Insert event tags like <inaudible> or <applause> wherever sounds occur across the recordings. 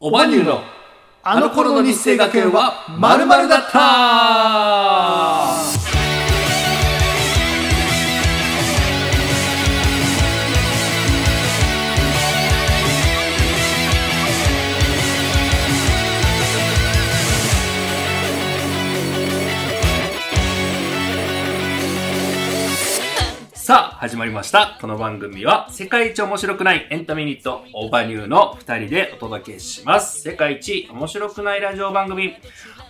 おばにゅうのあの頃の日生学園はまるだったさあ、始まりました。この番組は、世界一面白くないエンタメユニット、オーバーニューの2人でお届けします。世界一面白くないラジオ番組、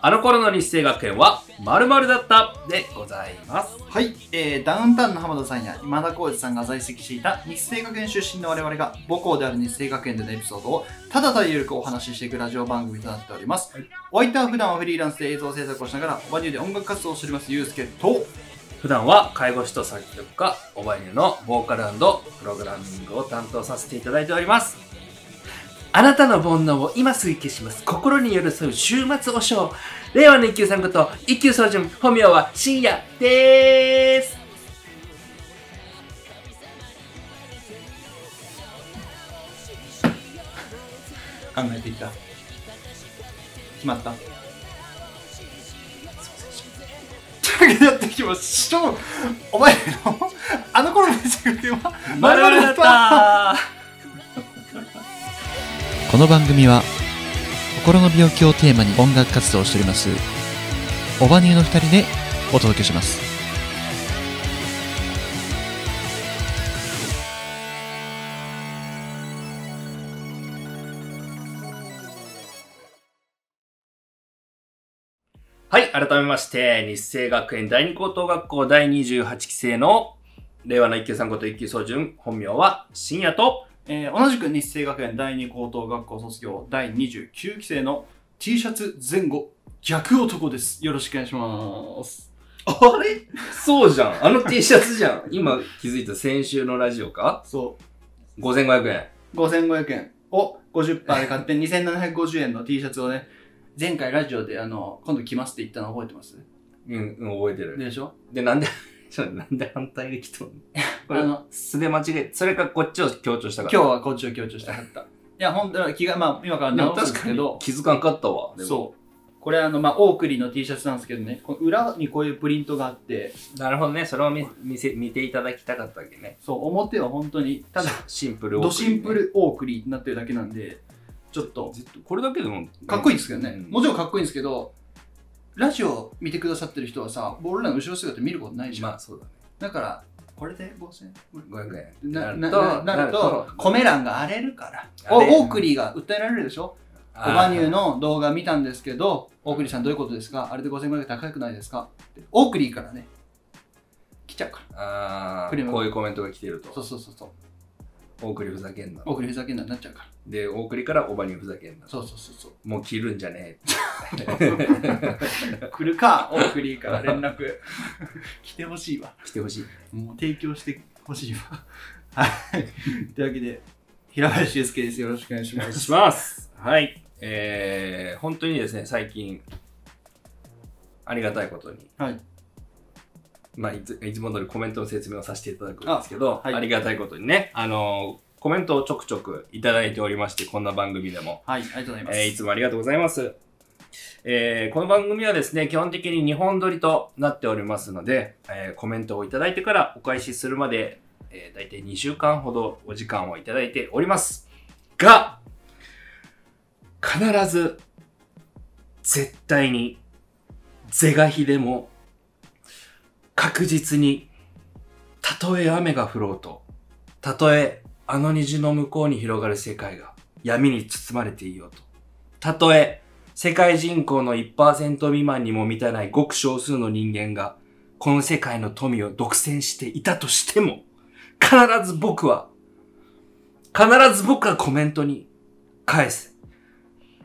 あの頃の日生学園は〇〇だったでございます。はい、えー、ダウンタウンの浜田さんや今田耕司さんが在籍していた日生学園出身の我々が母校である日生学園でのエピソードをただただゆるくお話ししていくラジオ番組となっております、お相手は普段はフリーランスで映像制作をしながらワニューで音楽活動をしておりますゆうすけと普段は介護士と作曲家、オーバーニューのボーカルプログラミングを担当させていただいております。あなたの煩悩を今すぐ消します。心に寄り添う週末おしょう。令和の一級さんこと、一級総順、本名は深夜でーす。考えていた決まったというわけでやっていきましょうお前のあの頃の日生学園はまるまるだったこの番組は心の病気をテーマに音楽活動をしておりますオバニューの2人でお届けしますはい、改めまして、日生学園第二高等学校第28期生の令和の一級さんこと一級総順、本名は深夜と、えー同じく日生学園第二高等学校卒業第29期生の T シャツ前後逆男です。よろしくお願いします。あれそうじゃん。あの T シャツじゃん。今気づいた先週のラジオかそ ?5500 円。う、5500円を50%で買って2750円の T シャツをね、前回ラジオであの、今度来ますって言ったの覚えてますうん、うん、覚えてる。でしょで、なんで、 <laughs> ちょっとなんで反対できたのこあれの、素で間違え、それかこっちを強調した今か日ら。はこっちを強調したかった。 <laughs> いや、ほんと、気が、まあ、今からでも直すんで確すかけどに、気づかんかったわ。でもそう。これあの、まあ、オークリーの T シャツなんですけどね、この裏にこういうプリントがあって、なるほどね。それを見見せ見ていただきたかったわけね。そう、表は本当に、ただ、シンプルをドシンプルオークリーになってるだけなんで、ちょっと、ずっとこれだけでもかっこいいですけどね。うんもちろんかっこいいんですけど、ラジオ見てくださってる人はさ、俺らの後ろ姿見ることないじゃん。まあそうだねだから、これで5000 500円ななななると、米欄が荒れるから。荒れるおオークリーが訴えられるでしょオバニューの動画見たんですけど、オークリーさんどういうことですかあれで5000円ぐらい高くないですかってオークリーからね、来ちゃうから。あクリーームこういうコメントが来てるそうとそうそうそう。お送りふざけんなオークリーふざけんなになっちゃうから。でお送りからおばにふざけんなそうそうそうそう。もう切るんじゃね来るか、オークリーから連絡。 <laughs> 来てほしいわ。え来てほしいもう提供してほしいわ。 <laughs> はい。というわけで、平林祐介です。よろしくお願いしまお願いす。しますはいえー、本当にですね最近ありがたいことにはい。まあ、いついつも通りコメントの説明をさせていただくんですけどあ,、あはいりがたいことにねあのコメントをちょくちょくいただいておりましてこんな番組でもはい、ありがとうございます。えーいつもありがとうございます。えーこの番組はですね、基本的に2本撮りとなっておりますので、えーコメントをいただいてからお返しするまで、えー、大体2週間ほどお時間をいただいております。が、必ず、絶対に、是が非でも、確実に、たとえ雨が降ろうと、たとえあの虹の向こうに広がる世界が、闇に包まれていようと。たとえ、世界人口の1%未満にも満たないごく少数の人間が、この世界の富を独占していたとしても、必ず僕は、必ず僕はコメントに返す。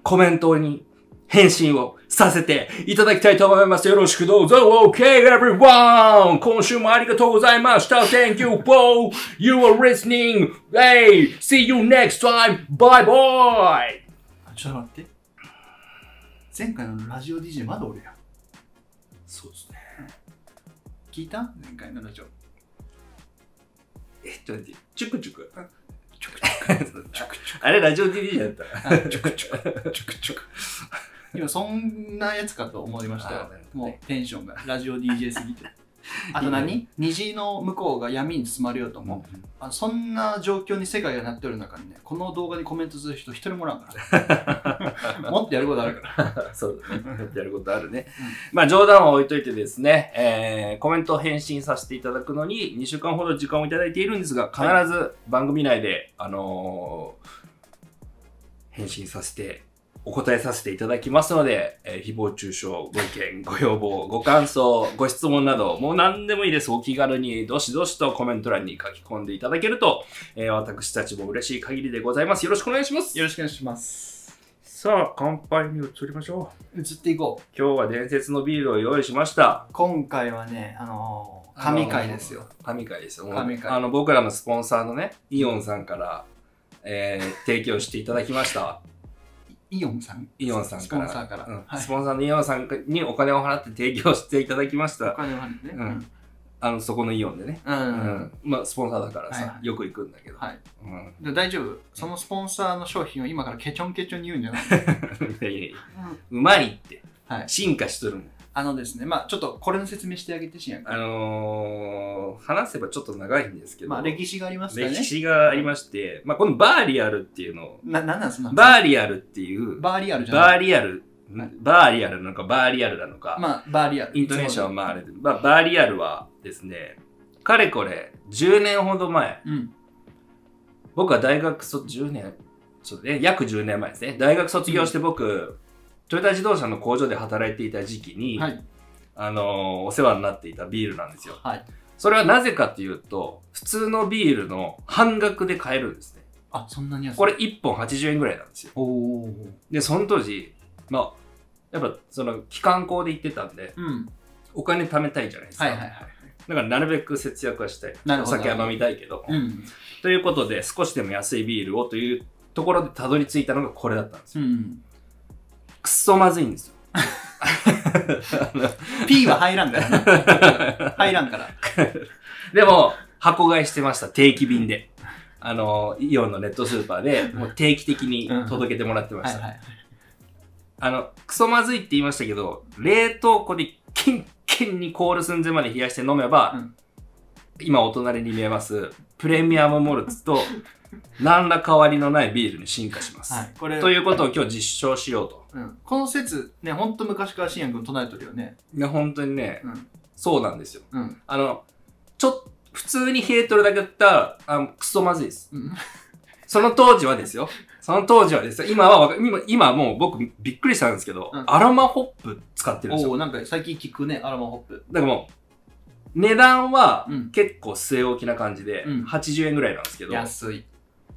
コメントに返信をさせていただきたいと思います。よろしくどうぞ。Okay, everyone! 今週もありがとうございました。Thank you for you are listening. Hey, see you next time. Bye bye! あちょっと待って。前回のラジオ DJ まだ俺や。そうですね。聞いた前回のラジオ。えっと、チュクチュク。ちょくちょく。 <laughs> あれ、ラジオ DD じゃなかった。はいチュクチュクチュクチュク今そんなやつかと思いましたよあーなるほどもねうテンションがラジオ DJ すぎて <laughs> あと何虹の向こうが闇に包まれようとも、あそんな状況に世界がなってる中にねこの動画にコメントする人一人もおらんから <laughs> ねもっとやることあるからそうだね。やることあるね。まあ冗談は置いといてですね、えーコメントを返信させていただくのに2週間ほど時間をいただいているんですが、必ず番組内で、あのー返信させて、お答えさせていただきますので、えー誹謗中傷、ご意見、ご要望、ご感想、ご質問など、もう何でもいいです。お気軽に、どしどしとコメント欄に書き込んでいただけると、えー私たちも嬉しい限りでございます。よろしくお願いしますよ。ろしくお願いしますさあ、乾杯に移りましょう。移っていこう今日は伝説のビールを用意しました。今回はねあのー神回ですよ、神回ですよ。神回あの僕らのスポンサーのね、イオンさんから、えー提供していただきました。イオンさんイオンさんスかポら。ンサーから、うんはいスポンサーのイオンさんにお金を払って提供していただきましおた。金を払ってね、うんあの、そこのイオンでね。ううんうん、まあ、スポンサーだからさ、はいはいよく行くんだけど。はいうん。 <laughs> で大丈夫そのスポンサーの商品を今からケチョンケチョンに言うんじゃない、いやいやいやうまいって。はい進化しとるもん。あのですねまあちょっとこれの説明してあげてしんやんあのー話せばちょっと長いんですけど、まあ歴史がありますからね歴史がありまして、まあ、このバーリアルっていうのを、ななんなんそのバーリアルっていう、バーリアルじゃないバーリアル、んバーリアルなのか、バーリアルなのか、まあバーリアルイントネーションはまああれで、まあ、バーリアルはですね、かれこれ10年ほど前、うん僕は大学卒10年、そうね、約10年前ですね、大学卒業して僕、トヨタ自動車の工場で働いていた時期に、はいあのーお世話になっていたビールなんですよ。はいそれはなぜかというと、普通のビールの半額で買えるんですね。あそんなに安いこれ1本80円ぐらいなんですよ。おおーで、その当時、まあ、やっぱその機関校で行ってたんで、うんお金貯めたいじゃないですか。はいはいはいだからなるべく節約はしたい。なるおほど酒は飲みたいけど。うんということで、少しでも安いビールをというところでたどり着いたのがこれだったんですよ。うんくっそまずいんですよ。 P は入らんからね <laughs> 入らんからでも、箱買いしてました、定期便で。あの、イオンのネットスーパーで、もう定期的に届けてもらってまはしいた。はいあの、クソまずいって言いましたけど、冷凍庫でキンキンに凍る寸前まで冷やして飲めば、うん今お隣に見えます、プレミアムモルツと、何ら変わりのないビールに進化します。はいこれということを今日実証しようと。うんこの説ねほんと昔から信也君唱えとるよねね、本当にね、うんそうなんですよ。うんあの、ちょっと、普通に冷えとるだけだったら、あの、クソまずいです。うんその当時はですよ。その当時はですよ。今はわか、今、今はもう僕びっくりしたんですけど、うんアロマホップ使ってるんですよお。おなんか最近聞くねアロマホップだからもう、値段はうん結構据え置きな感じで、うん80円ぐらいなんですけど、安い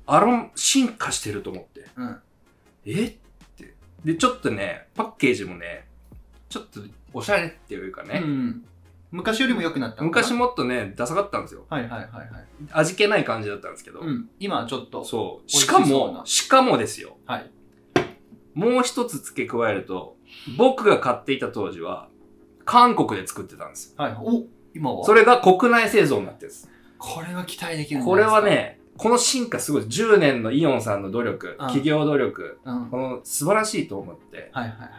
アロン、進化してると思って、うんえって。で、ちょっとね、パッケージもね、ちょっとおしゃれっていうかうね、ん昔よりも良くなったのかな昔もっとね、ダサかったんですよ。はいはいはいはい味気ない感じだったんですけど、うん今はちょっとそう。美味ししそかうなも、しかもですよ、はいもう一つ付け加えると、僕が買っていた当時は、韓国で作ってたんですよ。はいお今はそれが国内製造になってるんです。これは期待できるんじゃこなれいですは、かね、この進化すごい。10年のイオンさんの努力、企業努力、うん、この素晴らしいと思って。はいはいはい。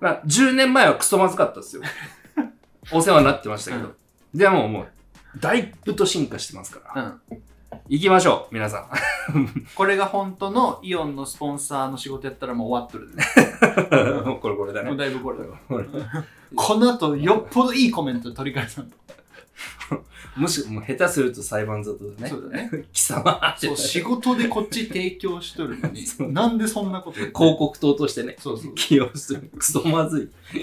まあ、10年前はクソまずかったです <laughs> よ。お世話になってましたけど。でももう、だいぶと進化してますから。うん、行きましょう、皆さこれが本当のイオンのスポンサーの仕事やったらもう終わっとるね。ん。もうこれこれだもうね。だいぶこれだよ。これこの後、よっぽどいいコメント取り返さんと。もし、もう下手すると裁判沙汰だね。そうだね。 <laughs> 貴様ってそう、仕事でこっち提供しとるのに、なんでそんなこと言う広告塔としてね。そうそう。起用する。クソまずい。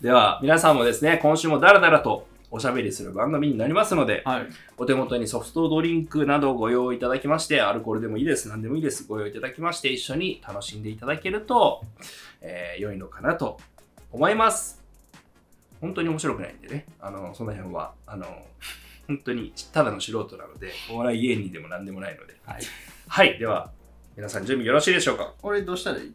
では、皆さんもですね、今週もダラダラとおしゃべりする番組になりますので、はい。お手元にソフトドリンクなどをご用意いただきまして、アルコールでもいいです、何でもいいです、ご用意いただきまして、一緒に楽しんでいただけると、えー良いのかなと思います。本当に面白くないんでね、あの、その辺は、あの、本当にただの素人なので、お笑い芸人でも何でもないので。はい。はい、では、皆さん準備よろしいでしょうかこれどうしたらいい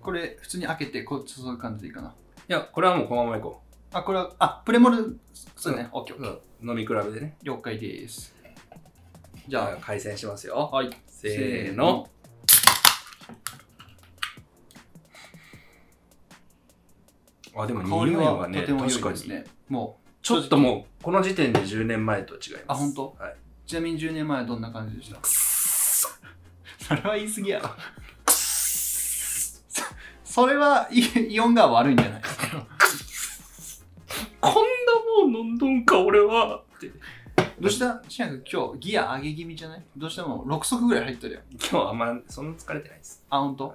これ、普通に開けて、こう、注ぐ感じでいいかな。いや、これはもうこのままいこあ、これは、あ、プレモル、そうね。オッケーオッう。ケー。飲み比べでね。了解です。じじゃあゃ、開戦しますよ。あ、はい。せーの。あ、でも香匂りいははね、とても良確いかですに。ね。もう、ちょっともう、この時点で10年前と違います。あ本当はい。ちなみに10年前はどんな感じでしたくっそそれは言い過ぎやろ。それはイ、イオンが悪いんじゃないこんなもん飲んどんか、俺は。ってどうしたシアン君今日ギア上げ気味じゃないどうしたもう6足ぐらい入ってるよ。今日はあんま、そんな疲れてないです。あ、ほんと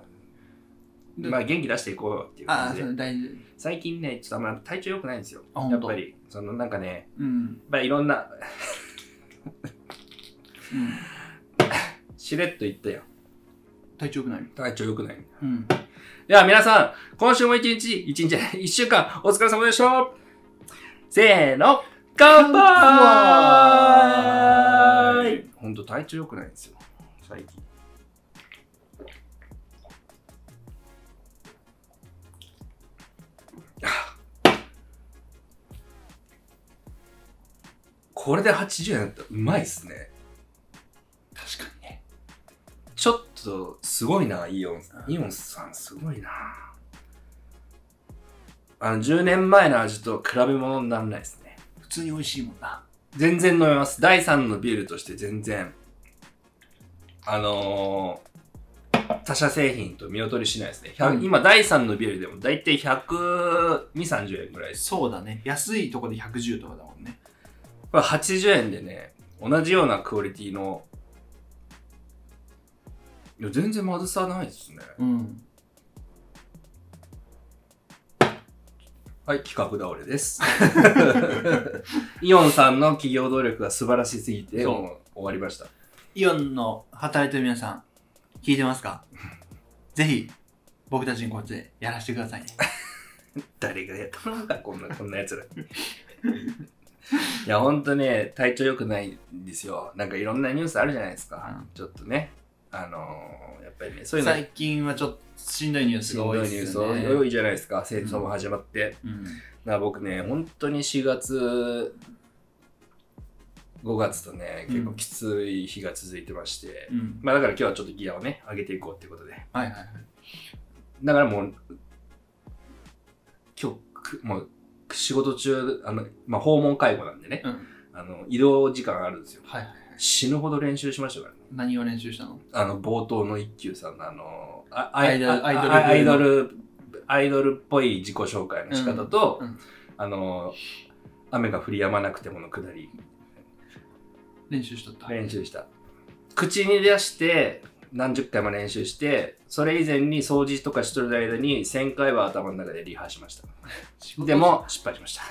でまあ、元気出していこうよっていうあ感、じそで。れ大事。最近ね、ちょっとあんま体調良くないんですよ。あ本や当っぱり、そのなんかね、うん。うんまあいろんな、 <laughs> しれっと言ったよ。体調良くない体調良くない。うん。では皆さん、今週も一日、一日、一週間、お疲れ様でしたせーの、乾杯ほんと体調良くないんですよ、最近。これで80円だったらうまいっすね。確かにね。ちょっとすごいな、イオン。イオンさんすごいな。あの、10年前の味と比べ物にならないですね。普通に美味しいもんな。全然飲めます。第3のビールとして全然、あのー他社製品と見劣りしないですね。100うん今、第3のビールでも大体120、30円ぐらいです。そうだね。安いとこで110とかだもんね。これ80円でね、同じようなクオリティの、いや、全然まずさないですね。うん。はい、企画倒れです。 <laughs> イオンさんの企業努力が素晴らしすぎて、そうもう終わりました。イオンの働いてる皆さん、聞いてます <laughs> かぜひ、僕たちにこっちでやらせてくださいね。誰がやったのか、こんな、こんな奴ら。いや、ほんとね、体調良くないんですよ。なんかいろんなニュースあるじゃないですか。うんちょっとね、あのーやっぱりね、そういうの、最近はちょっとしんどいニュースしんがど多いいニでューすスよね。多いじゃないですか。戦争も始まって。うん。だから僕ね本当に4月5月とねうん結構きつい日が続いてまして、うん。まあだから今日はちょっとギアをね上げていこうっていうことではいはいはい。だからもう今日くもう仕事中あの、まあ、訪問介護なんでね、うん。あの移動時間あるんですよはいはい。死ぬほど練習しましたからね何を練習したのあの冒頭の一休さんのあのあアイドルああアアイイドドルアイドルっぽい自己紹介の仕方と、うんうんあの雨が降り止まなくてものくだり練習しとった。練習した口に出して何十回も練習してそれ以前に掃除とかしとる間に1000回は頭の中でリハしました仕事でも失敗しました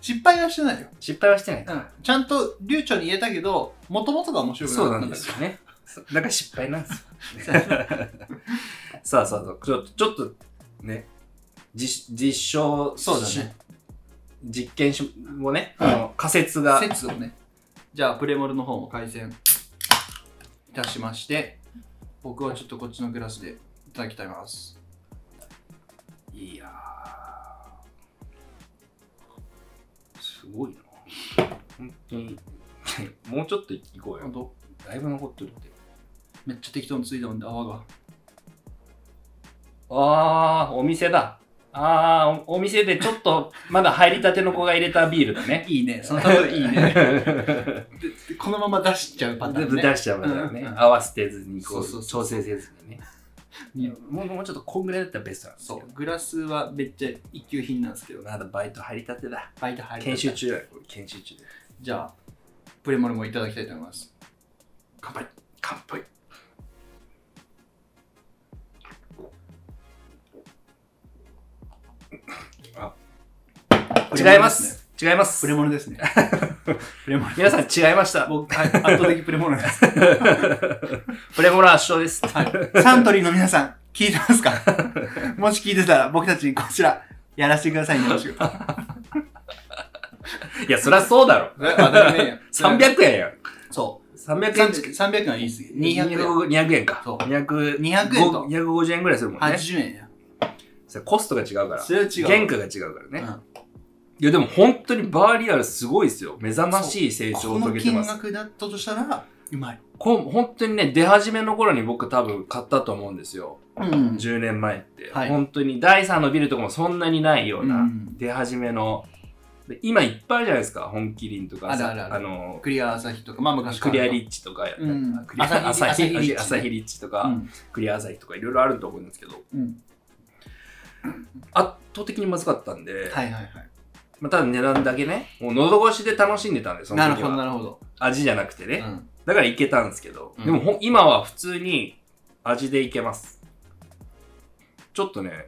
失敗はしてないよ。失敗はしてない、うん。ちゃんと流暢に言えたけど、もともとが面白くなそうかなったんんでだかすよねそうだから失敗 <laughs> なんですよさあさあさあちょっとちょっとね実実証そうだね実験しをね、あの仮説がら。説をね。じゃあ、プレモルの方も改善いたしまして、僕はちょっとこっちのグラスでいただきたいます。いやーすごいな本当に <laughs> もうちょっと行こうほんよとだいぶ残ってるってめっちゃ適当についたもんで泡 <laughs> が。ああお店だああおお店でちょっとまだ入りたての子が入れたビールだねいいね。 <laughs> そのいいね。ねでこのまま出しちゃうパターン、ね。出しちゃうからね、うんうん合わせてずにこうそうそうそう調整せずにねいやもうもうちょっとこんぐらいだったらベストなんですそけう。グラスはめっちゃ一級品なんですけどど、まだバイト入りたてだバイト入りた研修中だよこれ研修中だよじゃあ、プレモルもいただきたいと思います。乾杯乾杯違います違いますプレモルです <laughs> ね。プレモル。皆さん違いました僕、はい、圧倒的プレモル <laughs> です。プレモラ圧勝ですはい。サントリーの皆さん、聞いてますか <laughs> もし聞いてたら、僕たちにこちら、やらせてくださいね。よろしく。いやそりゃそうだろ300円 <laughs> やんそう。 300円300 300円は言い過ぎ。200 200円。200円かそう200 200円と250円ぐらいするもんね80円や。それコストが違うからそれは違う原価が違うからね、うんいやでも本当にバーリアルすごいですよ目覚ましい成長こをの遂げて金ます額だったとしたら、うまい。こん本当にね、出始めの頃に僕多分買ったと思うんですよ。うん。 10年前って。はい本当に第3のビルとかもそんなにないよううなん出始めの。で今いっぱいあるじゃないですか。本麒麟とかさ、あるあるあるの、クリア朝日とか、まあ昔かクら。リアリッチとか、うんクリア朝朝日日朝日リッチね朝日リッチとか、うんクリア朝日とかいろいろあると思うんですけど、うん。圧倒的にまずかったんで、はいはいはい。まあ、ただ値段だけね、もう喉越しで楽しんでたんで、そのなる時ほど、は。なるほど。味じゃなくてね。うんだからいけたんですけど、うんでもほん今は普通に味でいけます。ちょっとね、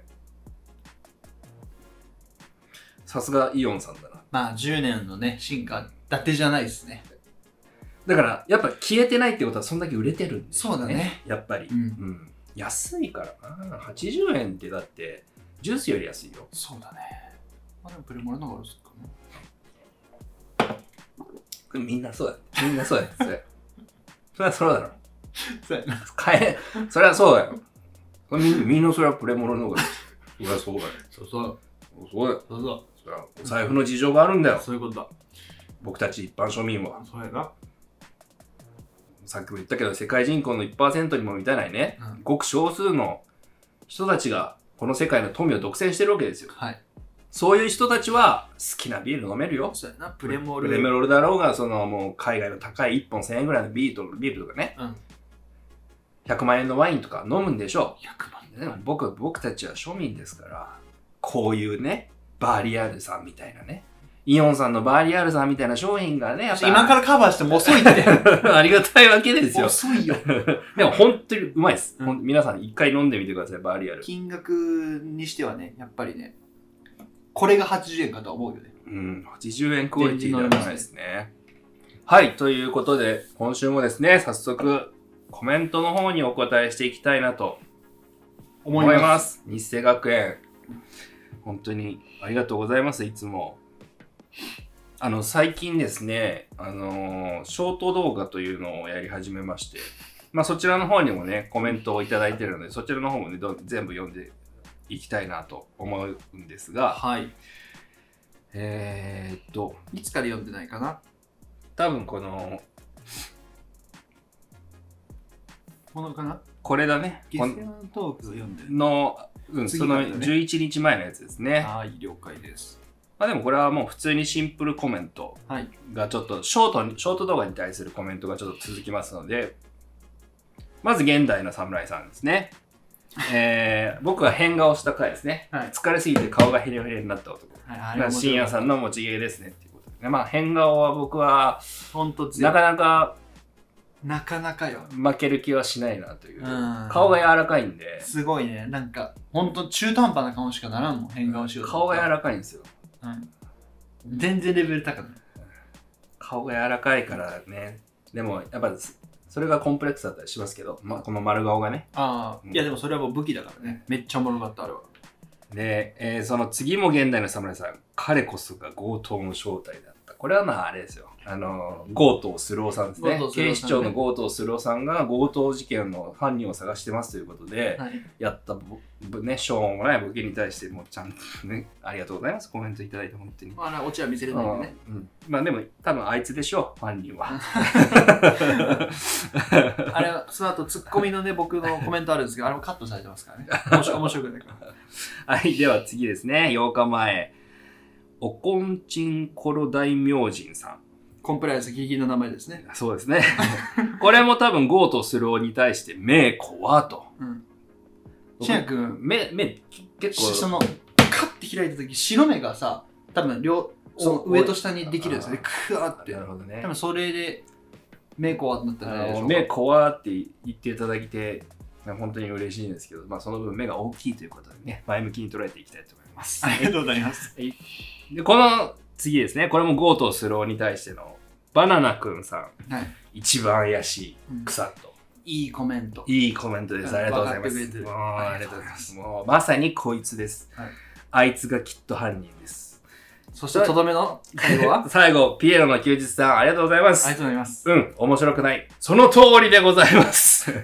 さすがイオンさんだな。まあ10年のね、進化、だてじゃないですね。だから、やっぱ消えてないってことはそんだけ売れてるんですよね。そうだね。やっぱり。うん。うん。安いからな。80円ってだって、ジュースより安いよ。そうだね。まあでもプレモルの方が安いかな。みんなそうだ。みんなそうだよ。それ <laughs> それはそうだろ。そうやな。買え、それはそうだよ。それみんみんなそれはプレモルの方が <laughs> いい。そりゃそうだよ。そうそう。そうだよ。そうそそりゃお財布の事情があるんだう。よ。そういうことだ。僕たち一般庶民は。そうやな。さっきも言ったけど、世界人口の1%にも満たないね、うんごく少数の人たちが、この世界の富を独占してるわけですよ。はい。そういう人たちは、好きなビール飲めるよ。そうやな。プレモプル。レメロールだろうが、そのもう海外の高い1本1000円ぐらいのビールビールとかね、うん。 100万円のワインとか飲むんでしょう。 100万でも僕僕たちは庶民ですからこういうねバーリアールさんみたいなねイオンさんのバーリアールさんみたいな商品がねやっぱ今からカバーしても遅いって。ら <laughs> ありがたいわけですよ遅いよ。 <laughs> でも本当にうまいです、うんほん皆さん一回飲んでみてくださいバーリアール、金額にしてはね、やっぱりね、これが80円かとは思うよね。。うん、80円クオリティではないですねはいということで今週もですね早速コメントの方にお答えしていきたいなと思いますす日生学園本当にありがとうございますいつもあの最近ですねあのーショート動画というのをやり始めましてまあそちらの方にもねコメントを頂いただいてるのでそちらの方もねど全部読んでいきたいなと思うんですがはい。えー、っといつから読んでないかな多分このこのかなこれだねゲこセワントークを読んでる。の、うん、次そのなんだね11日前のやつですねはい、了解です。まあでもこれはもう普通にシンプルコメントはい。がちょっとショートにショート動画に対するコメントがちょっと続きますのでまず現代の侍さんですね、えー、僕が変顔した回ですねはい。疲れすぎて顔がヘレヘレになった男はい、が深夜さんの持ち芸ですねっていうことでねまあ変顔は僕はほんと強ないかなかなかなかよ。負ける気はしないなといううん顔が柔らかいんですごいね。なんか、ほんと中途半端な顔しかならんもん。変顔しようと顔思っがた柔ららかいんですようん全然レベル高くない。顔が柔らかいからねでもやっぱそれがコンプレックスだったりしますけど、まあ、この丸顔がねああ、うんいやでもそれはもう武器だからね。めっちゃおもろかった、あれは。で、えーその次も現代の侍さん、彼こそが強盗の正体だった。これはまああれですよ。あのー、強盗スローさんですね。強盗スローさんね警視庁の強盗スローさんが強盗事件の犯人を探してますということで、はい。やったぼぶね、しょうもないボケに対して、もうちゃんとね、ありがとうございます。コメントいただいて、本当に。まあな、オチは見せれないよね。うんまあでも、多分あいつでしょう、犯人は。あれは、その後ツッコミのね、僕のコメントあるんですけど、あれもカットされてますからね。面白面白くないから。はい、では次ですね。8日前。おこんちんころ大明神さん。コンプライアンスギリギリの名前ですね。そう <laughs> ですね。これも多分、ゴーとスローに対して、目怖と。うん。シェア君、目、目、き結構。その、カッて開いた時、白目がさ、多分両、そのお上と下にできるんですよね。クワーってな。るほどね多。分それで、目こうなったんじゃないあでしのょうか。目怖って言っていただいて、本当に嬉しいんですけど、まあ、その分目が大きいということでね、前向きに捉えていきたいと思います。ありがとうございます。で、この次ですね、これもゴーとスローに対しての、バナナくんさん、はい。一番怪しい、うん草と。いいコメント。いいコメントです。ありがとうございま分かってくす。れてるもうあありりがとがとううございございまますす。もうまさにこいつです。はいあいつがきっと犯人です。そして、とどめの最後はあ最後、ピエロの休日さん、ありがとうございまりがとす。うございます。うん、面白くない。その通りでござい <laughs> ます。い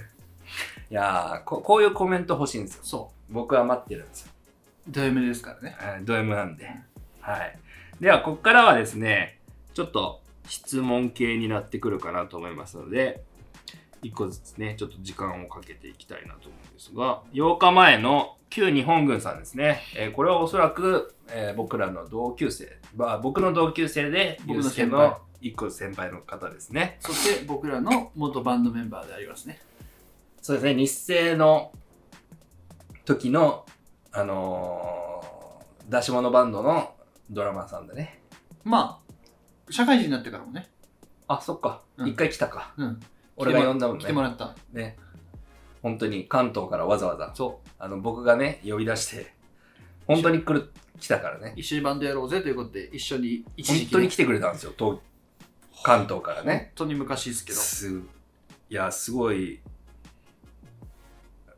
やーこ、こういうコメント欲しいんですよ。そ僕は待ってるんですよ。う。ド M ですからね。えード M なんで。はい。では、ここからはですね、ちょっと質問系になってくるかなと思いますので、一個ずつね、ちょっと時間をかけていきたいなと思うんですが、8日前の旧日本軍さんですね。えーこれはおそらく、えー僕らの同級生、まあ、僕の同級生で、僕ゆうのすけ先輩の一個先輩の方ですね。そして僕らの元バンドメンバーでありますね。そうですね、日生の時の、あのー出し物バンドのドラマーさんでね。まあ、社会人になってからもね、あ、そっか。一、うん回来たか。うん、俺が呼んだもん来てもね。らった。ね。本当に関東からわざわざ、そあの、僕がね、呼び出して、本当に来る、来たからねう。。一緒にバンドやろうぜということで、一緒に一本時期当ね、に来てくれたんですよ、東関東からね。本当に昔ですけど。すいや、すごい、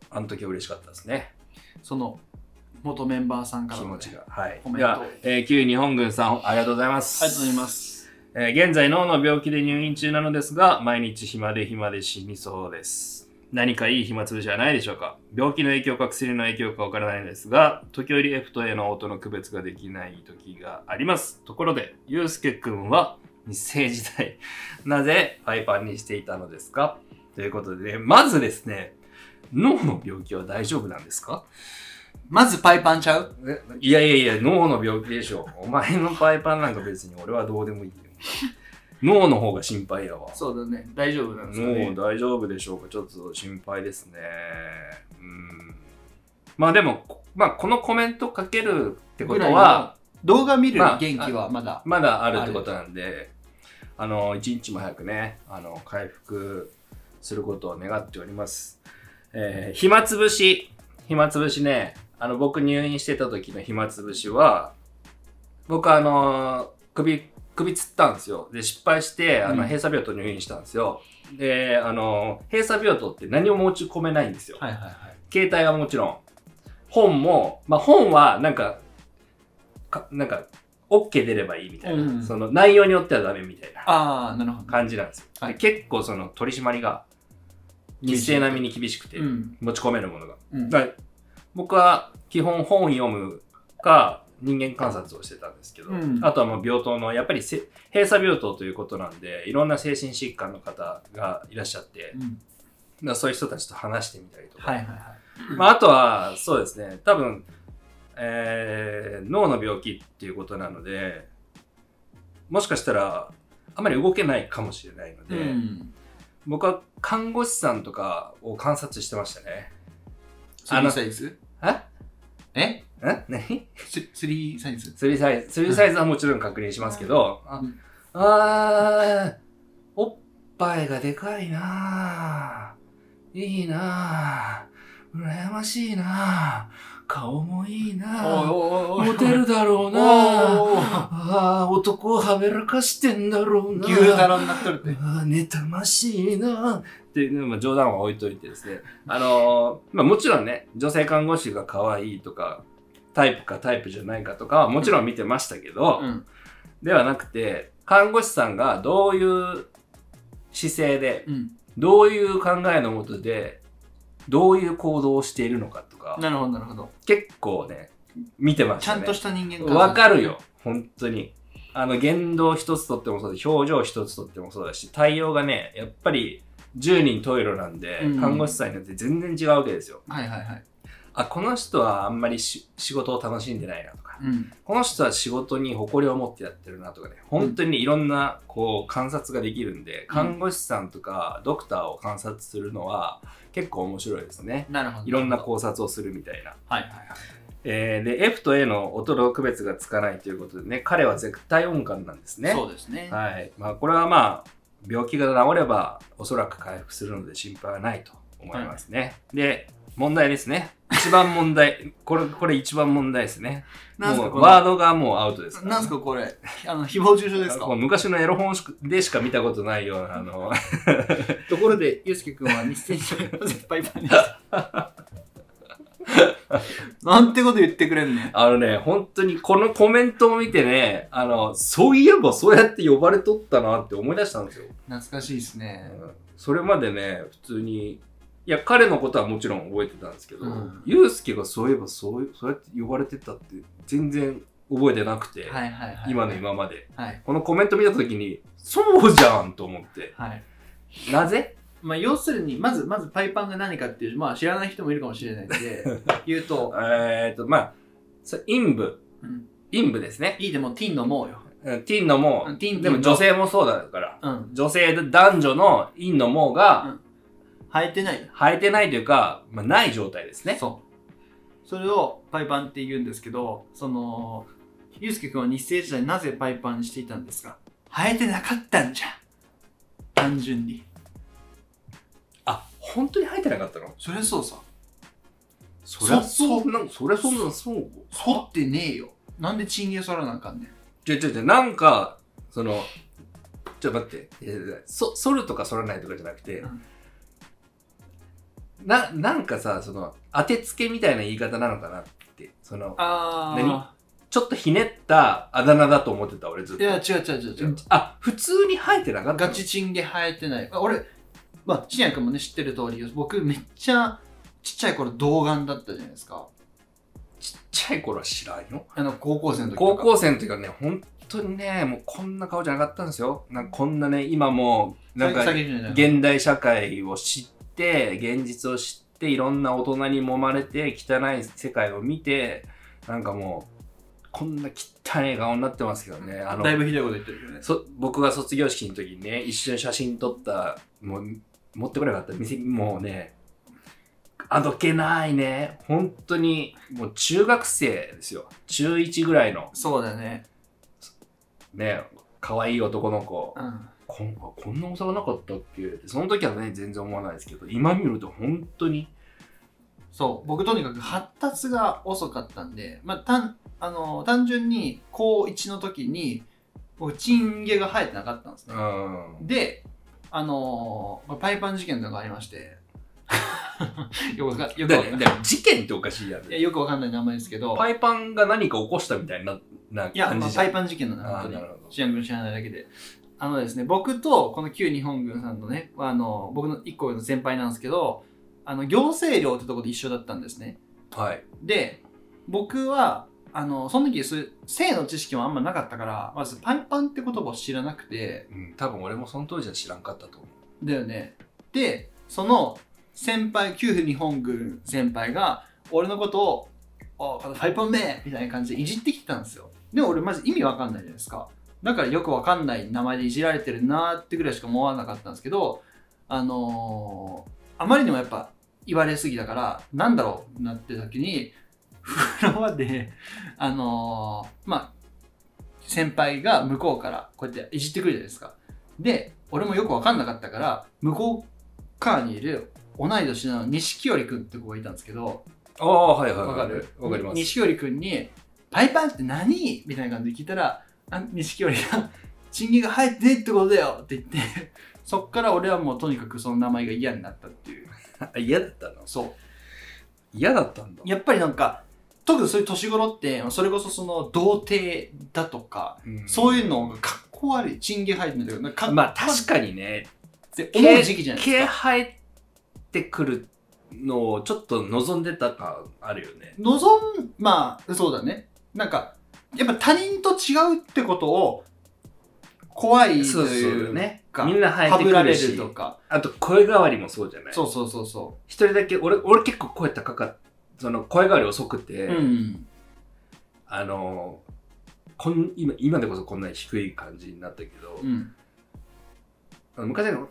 あの時は嬉しかったですね、その元メンバーさんから気のね持ちが。はいコメン。トでは、えー旧日本軍さん、ありがとうございます。ありがとうございま。すえー現在脳の病気で入院中なのですが毎日暇で暇で死にそうです何かいい暇つぶしはないでしょうか病気の影響か薬の影響かわからないのですが時折 F と A の音の区別ができない時がありますところでゆうすけくんは日生時代 <laughs> なぜファイパンにしていたのですかということでねまずですね脳の病気は大丈夫なんですかまずパイパンちゃうえいやいやいや、脳の病気でしょ。お前のパイパンなんか別に俺はどうでもいいよ。脳の方が心配やわ。そうだね大丈夫なんですかもうね大丈夫でしょうかちょっと心配ですね。うん。まあでも、こまあこのコメントかけるってことぐらいはの、動画見るまあ元気はまだ、まだあるってことなんで、あの、一日も早くね、あの、回復することを願っております。えー暇つぶし。暇つぶしね、あの、僕入院してた時の暇つぶしは、僕あの、首、首つったんですよ。で、失敗して、あの、うん閉鎖病棟入院したんですよ。で、あの、閉鎖病棟って何も持ち込めないんですよ。はいはいはい携帯はもちろん、本も、まあ本はなんか、かなんか、OK 出ればいいみたいな、うんその内容によってはダメみたいなああなるほど感じなんですよ。はいで結構その取り締まりが、日生並みに厳しくて、うん持ち込めるものが。うんだから僕は基本本読むか、人間観察をしてたんですけど、うんあとはもう病棟の、やっぱりせ閉鎖病棟ということなんで、いろんな精神疾患の方がいらっしゃってう、んだからそういう人たちと話してみたりとか、はいはいはいまあ、あとは、そうですね、多分、えー脳の病気っていうことなので、もしかしたら、あまり動けないかもしれないので、うん僕は看護師さんとかを観察してましたね。スリーサイズえええ何ススリーサイズ釣りサイズ、釣りサイズはもちろん確認しますけど、あうんあー、おっぱいがでかいなぁ。いいなぁ。羨ましいなぁ。顔もいいおなぁ。おモテるだろうおなああお男をはべらかしてんだろうな牛太郎になっとるってああ妬ましいなっていうのまあ冗談は置いといてですねあのーまあもちろんね女性看護師が可愛いとかタイプかタイプじゃないかとかはもちろん見てましたけど、うんではなくて看護師さんがどういう姿勢でうんどういう考えのもとでどういう行動をしているのかとか <laughs> なるほどなるほど結構ね見てましちたゃねんとした人間観察わかるよ、本当に。あの、言動一つとってもそうだし、表情一つとってもそうだし、対応がね、やっぱり10人トイレなんで、うん看護師さんによって全然違うわけですよ。はいはいはいあ、この人はあんまりし仕事を楽しんでないなとか、うんこの人は仕事に誇りを持ってやってるなとかね、本当にいろんなこう観察ができるんで、看護師さんとかドクターを観察するのは結構面白いですね。なるほどいろんな考察をするみたいな。はいはいはいえーで F と A の音の区別がつかないということでね彼は絶対音感なんですねそうですねはいまあ、これはまあ病気が治ればおそらく回復するので心配はないと思いますね、で問題ですね一番問題 <laughs> これこれ一番問題ですねなんすかもこうのワードがもうアウトですからねなんすかこれあの誹謗中傷ですかこう昔のエロ本でしか見たことないようなあの <laughs> ところで、ゆうすけくんは2000食の絶敗パンです。 <laughs> なんてこと言ってくれんねん。あのね本当にこのコメントを見てねあのそういえばそうやって呼ばれとったなって思い出したんですよ懐かしいですね。それまでね普通にいや彼のことはもちろん覚えてたんですけど、うんユウスケがそういえばそういうそうやって呼ばれてたって全然覚えてなくて、はいはいはい。今の。今まではい。このコメント見た時にそうじゃんと思ってはい。なぜまあ、要するに、まず、まずパイパンが何かっていう、まあ、知らない人もいるかもしれないん <laughs> で、言うと、えーっと、まあ、それ陰部、うん陰部ですね。いいでもティン飲もうよ。うんティンのもうんティンでもティンの女性もそうだから。うん。女性、男女の陰のもが生えてない。生えてないというか、まあ、ない状態ですね。そう。それをパイパンって言うんですけど、その、ゆうすけくんは日生時代なぜパイパンにしていたんですか生えてなかったんじゃん。単純に。あ、本当に生えてなかったのそりゃそうさ。そりゃそそう、なんそりゃそうなの、そう。剃ってねえよ。なんでチンゲ剃らなあかんねん。じゃじゃじゃなんか、その、ちょっと待って、いやいやいやそ、剃るとか剃らないとかじゃなくて、うんな、なんかさ、その、当てつけみたいな言い方なのかなって、その、あちょっとひねったあだ名だと思ってた、俺ずっいと。や、違う違う違う違う。あ、普通に生えてなかったガのチチンゲ生えてない。あ俺、まあ、ちやくんもね、知ってる通り、僕めっちゃちっちゃい頃童顔だったじゃないですか。ちっちゃい頃は知らんよ。あの、高校生の時高とか。校生の時はね、本当にね、もうこんな顔じゃなかったんですよ。なんかこんなね、今もう、なんか下、げるんじゃない現代社会を知って現実を知っていろんな大人に揉まれて汚い世界を見てなんかもうこんな汚い顔になってますけどねあのだいぶひどいこと言ってるけどね。そ僕が卒業式の時にね一瞬写真撮ったもう持ってこなかった店もうねあどけないね本当にもう中学生ですよ中1ぐらいのそうだね。ね可愛い男の子、うん。こんこんなお皿なかったっけってその時はね全然思わないですけど今見ると本当にそう僕とにかく発達が遅かったんで、まあ、たんあの単純に高1の時に僕チン毛が生えてなかったんですうね、んであのまあパイパン事件とかありまして <laughs> よくわかよくわかだから事件っておかしいやんいやよくわかんない名前ですけどパイパンが何か起こしたみたいなないや、感まあじじゃパん、イパン事件なのあー本当なにるほど知らん君知らないだけであのですね僕とこの旧日本軍さんのねあの僕の1個上の先輩なんですけどあの行政寮ってとこで一緒だったんですねはいで僕はあのその時そういう性の知識もあんまなかったからまずパイパンって言葉を知らなくてうん、多分俺もその当時は知らんかったと思うだよねでその先輩旧日本軍先輩が俺のことを「おこのパイパンめ!」みたいな感じでいじってきてたんですよでも俺マジ意味わかんないじゃないですかだからよくわかんない名前でいじられてるなーってぐらいしか思わなかったんですけどあのーあまりにもやっぱ言われすぎたからなんだろうなって時に風呂場であのーまあ先輩が向こうからこうやっていじってくるじゃないですかで俺もよくわかんなかったから向こう側にいる同い年の錦織君って子がいたんですけどああはいはいわはかいるわかります錦織君に「パイパンって何?」みたいな感じで聞いたらあ錦織が「チンゲが生えてねえってことだよ」って言ってそっから俺はもうとにかくその名前が嫌になったっていうあ嫌だったのそう嫌だったんだやっぱりなんか特にそういう年頃ってそれこそその童貞だとか、うんそういうのがかっこ悪いチンゲ生えてるんだけどなんかかっこまあ確かにねって思う時期じゃないです毛か生えてくるのをちょっと望んでた感あるよね望んまあそうだねなんかやっぱ他人と違うってことを怖いとそうそういうねかみんな生えはてぶくらるれしるとかあと声変わりもそうじゃないそうそうそうそ一人だけ俺俺結構声高かったその声変わり遅くて、ううんあのこん今今でこそこんなに低い感じになったけど、うんあの昔の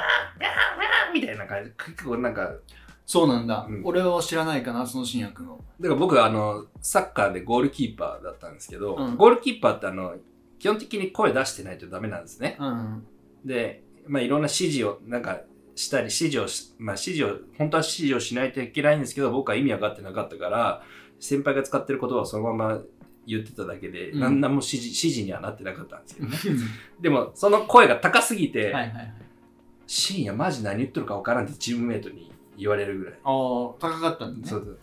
「みたいな感じ結構なんかそうなんだ、うん俺は知らないかなその新薬のだから僕あのサッカーでゴールキーパーだったんですけど、うんゴールキーパーってあの基本的に声出してないとダメなんですねうんで、まあ、いろんな指示をなんかしたり指示をし、まあ、指示を本当は指示をしないといけないんですけど僕は意味分かってなかったから先輩が使ってる言葉をそのまま言ってただけで、うん何らも指示指示にはなってなかったんですけどねでもその声が高すぎて、はいはいはい深夜マジ何言ってるか分からんってチームメイトに言われるぐらい、ああ高かったんだねそうそう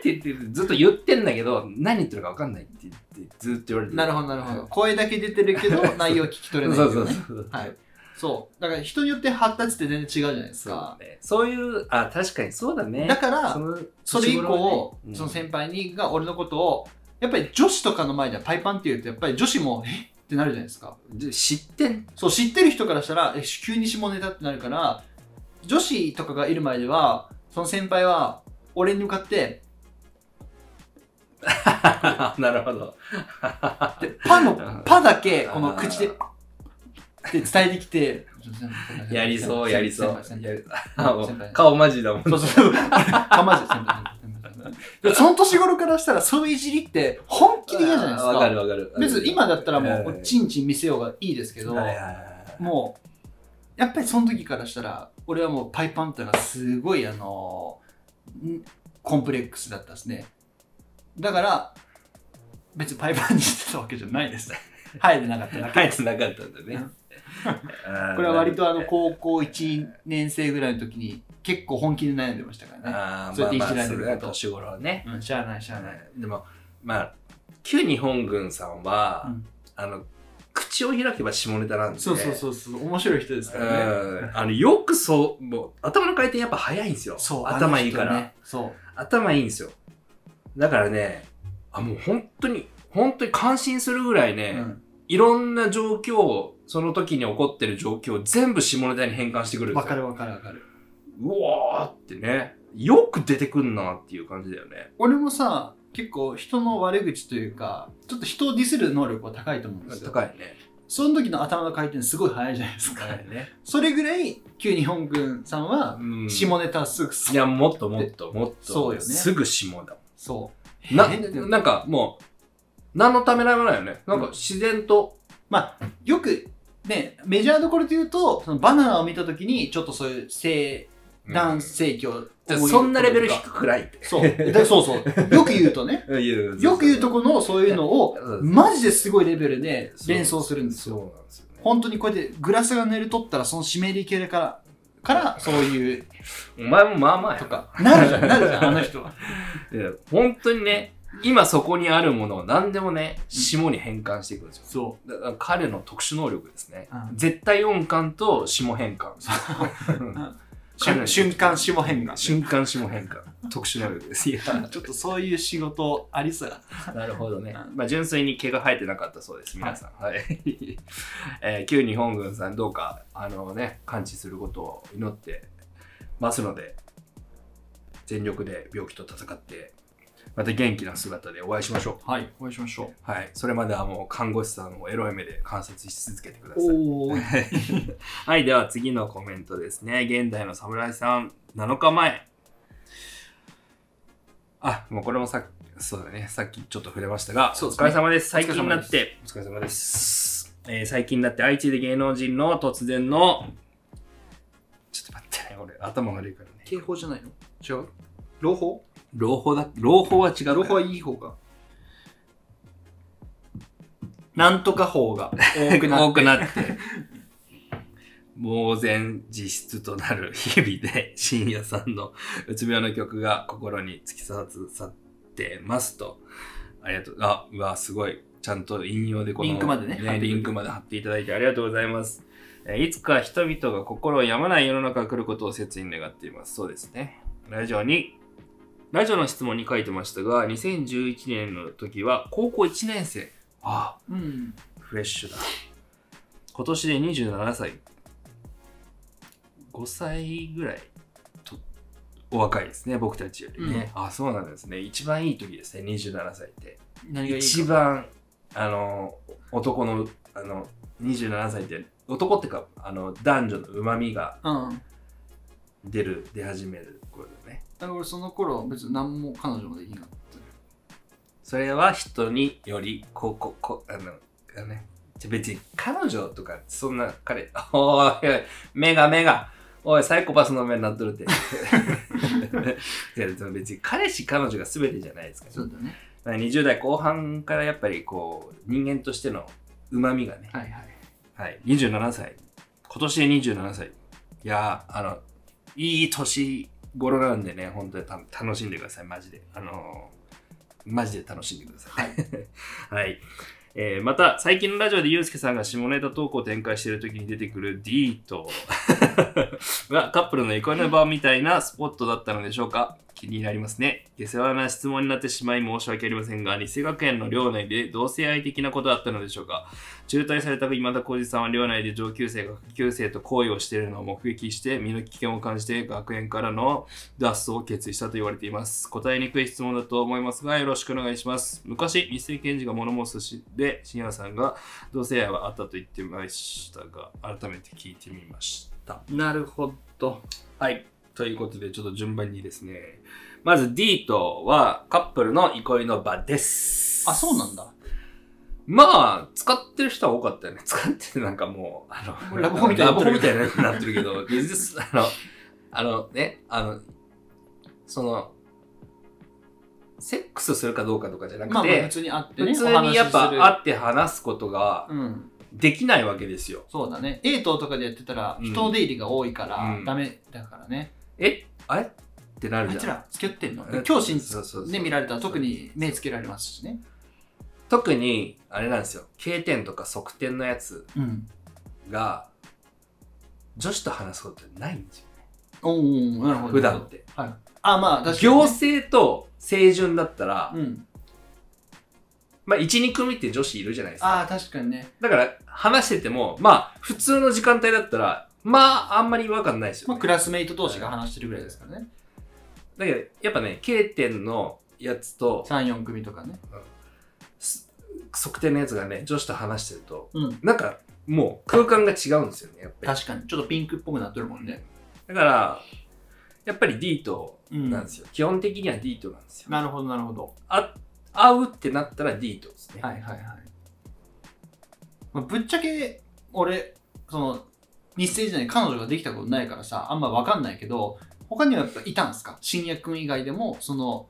って言ってずっと言ってんだけど何言ってるか分かんないって言ってずっと言われてなるほどなるほど声だけ出てるけど内容聞き取れない <laughs> そうけそどうねそうはいそうだから人によって発達って全然違うじゃないですそうだかねそういうあ確かにそうだねだからそのそれ以年頃降は、ねうんその先輩にが俺のことをやっぱり女子とかの前ではパイパンって言うとやっぱり女子も「えっ?」ってなるじゃないですか。で知って <laughs> んそう、知ってる人からしたら、え、急に下ネタってなるから、女子とかがいる前では、その先輩は、俺に向かって、なるほど。でパ <laughs> のうん、パだけ、この口で、って伝えてきて、 <laughs> やりそう、やりそう先輩先。輩やり先輩顔マジだもん。そうそう。かまじ先輩でその年頃からしたら、そういういじりって、本気で嫌じゃないですか。わかるわかる。別に今だったらもはう、いおちんちん見せようがいいですけど、はいはいはいもう、やっぱりその時からしたら、俺はもうパイパンっていうのがすごい、あのんコンプレックスだったですね。だから、別にパイパンにしてたわけじゃないです。入れなかっただけ。はい、つながったんだね。 <laughs> これは割と、とあの、高校1年生ぐらいの時に、結構本気で悩んでましたからね。あーそうやってまあまあいじられるそは年頃はね。うん、しゃあない、しゃあない。でも、まあ、旧日本軍さんは、うんあの、口を開けば下ネタなんで。そうそうそうそう、面白い人ですかうらね。んあのよくそう、もう頭の回転やっぱ早いんですよ。そう、頭いいかあのら、人ね。そう。頭いいんですよ。だからね、あ、もう本当に、本当に感心するぐらいね、うんいろんな状況を、その時に起こってる状況を全部下ネタに変換してくるんでわすかよ。るわかるわかる。うわーってね、よく出てくんなっていう感じだよね。俺もさ、結構人の悪口というか、ちょっと人をディスる能力は高いと思うんですよ。高いね。その時の頭の回転すごい速いじゃないですか。高いね。それぐらい、旧日本軍さんは、うん下ネタすぐ、いや、もっともっともっと。そうよねすぐ下だそう。もん。な、えーなんかもう、何のためらいもないよね。なんかうん自然と、まあ、よく、ね、メジャーどころで言うと、そのバナナを見た時に、ちょっとそういう性、男性器を思い浮じゃあかべるとかそんなレベル低くないって。そう。でそうそう。よく言う <laughs> とね、よく言うとここのそういうのを、マジですごいレベルで連想するんですよ。そうなんですよね。本当にこうやってグラスが寝るとったらその湿り気から、からそういうお前もまあまあやとか、なるじゃん、なるじゃん、あの人は。で本当にね、今そこにあるものを何でもね、下に変換していくんですよ。そだから彼の特殊能力ですね。うん絶対音感と下変換。瞬瞬間下変 <laughs> 換。瞬間下変換。特殊能力です。いや、ちょっとそういう仕事ありそうやなるほどねう。まあ、純粋に毛が生えてなかったそうです、皆さん。はい。 <laughs> えー旧日本軍さん、どうか、あのね、完治することを祈ってますので、全力で病気と戦って、また元気な姿でお会いしましょう。はい、お会いしましょう。はい。それまではもう看護師さんをエロい目で観察し続けてください。 <laughs> おーい。はい。では次のコメントですね。現代の侍さん、7日前。あ、もうこれもさっき、そうだね。さっきちょっと触れましたが、そうおです疲ねれ様です。お最疲れ近様ですになって、お疲れ様です。えー最近になって愛知で芸能人の突然の、ちょっと待ってね、俺、頭悪いからね。警報じゃないの違う朗報朗報だ、朗報は違うから。朗報はいい方か。なんとか方が多く <laughs> な多っくて。なって、呆然自失となる日々で、深夜さんのうつ病の曲が心に突き刺さってますと。ありがとう。あ、うわ、すごい。ちゃんと引用でこのリンクまでね貼ってくれてリンクまで貼っていただいてありがとうございます。えーいつか人々が心を病まない世の中が来ることを切に願っています。そうですね。ラジオに、ラジオの質問に書いてましたが、2011年の時は高校1年生。ああ、うん。フレッシュだ。今年で27歳。5歳ぐらいとお若いですね、僕たちよりね。あ、そうなんですね。一番いい時ですね、27歳って。何がいい一番、あの、男の、あの、27歳って、男ってか、あの、男女の旨味がかうん。出る、出始める頃だね。だから俺その頃別に何も彼女もできなかっそれは人によりこうこうこうあのあのねじゃ別に彼女とかそんな彼おいおい目が目がおいサイコパスの目になっとるっていやでも別に彼氏彼女が全てじゃないですかた。ら、だね。まあ20代後半からやっぱりこう人間としてのうまみがね、はいはい。はい、27歳今年で27歳いやーあのいい年頃なんでね本当にた楽しんでくださいマジであのーマジで楽しんでください <laughs> はい、えーまた最近の <laughs> ラジオでユうスケさんが下ネタ投稿を展開している時に出てくる D とがカップルの憩いの場みたいなスポットだったのでしょうか気になりますね。下世話な質問になってしまい申し訳ありませんが、日生学園の寮内で同性愛的なことだったのでしょうか中退された今田浩二さんは寮内で上級生が下級生と行為をしているのを目撃して、身の危険を感じて学園からの脱走を決意したと言われています。答えにくい質問だと思いますが、よろしくお願いします。昔、日生検事が物申すしで、深夜さんが同性愛はあったと言ってましたが、改めて聞いてみました。なるほど。はい。ということで、ちょっと順番にですね。まず D とはカップルの憩いの場です。あ、そうなんだ。まあ、使ってる人は多かったよね。 <laughs> 使ってなんかもう、あの、ラブホみたいにラなっブてホるみたいになってるけど、実質、 <laughs> あの、あのね、あの、その、セックスするかどうかとかじゃなくて、まあ、まあ普通に会ってね。普通にやっぱお話しする会って話すことがうん。できないわけですよ。そうだね。エイトとかでやってたらうん人出入りが多いからうんダメだからね。えあれってなるあじゃいんつ。ら付き合ってんの今日そ真うそうそうで見られたら特に目つけられますしね。特にあれなんですよ K 点とか側点のやつうん。が女子と話すことないんですよおおなるほど。普段っ。てあ、まあ確かにね。行政と清純だったら、うん。まあ12組って女子いるじゃないですかああ、確かにね。だから話しててもまあ普通の時間帯だったらまああんまり違和感ないですよ、まあねクラスメイト同士が話してるぐらいですからね。だけどやっぱね K 点のやつと3、4組とかね。側点のやつがね女子と話してるとうん。なんかもう空間が違うんですよねやっぱり確かに。ちょっとピンクっぽくなってるもんね。だからやっぱり D とうんなんですよ、基本的には D となんですよなるほど、なるほど。あ会うってなったら D とですね。はいはいはい。まあ、ぶっちゃけ、俺、その、日生時代に彼女ができたことないからさ、あんまわかんないけど、他にはやっぱいたんすか新薬君以外でも、その、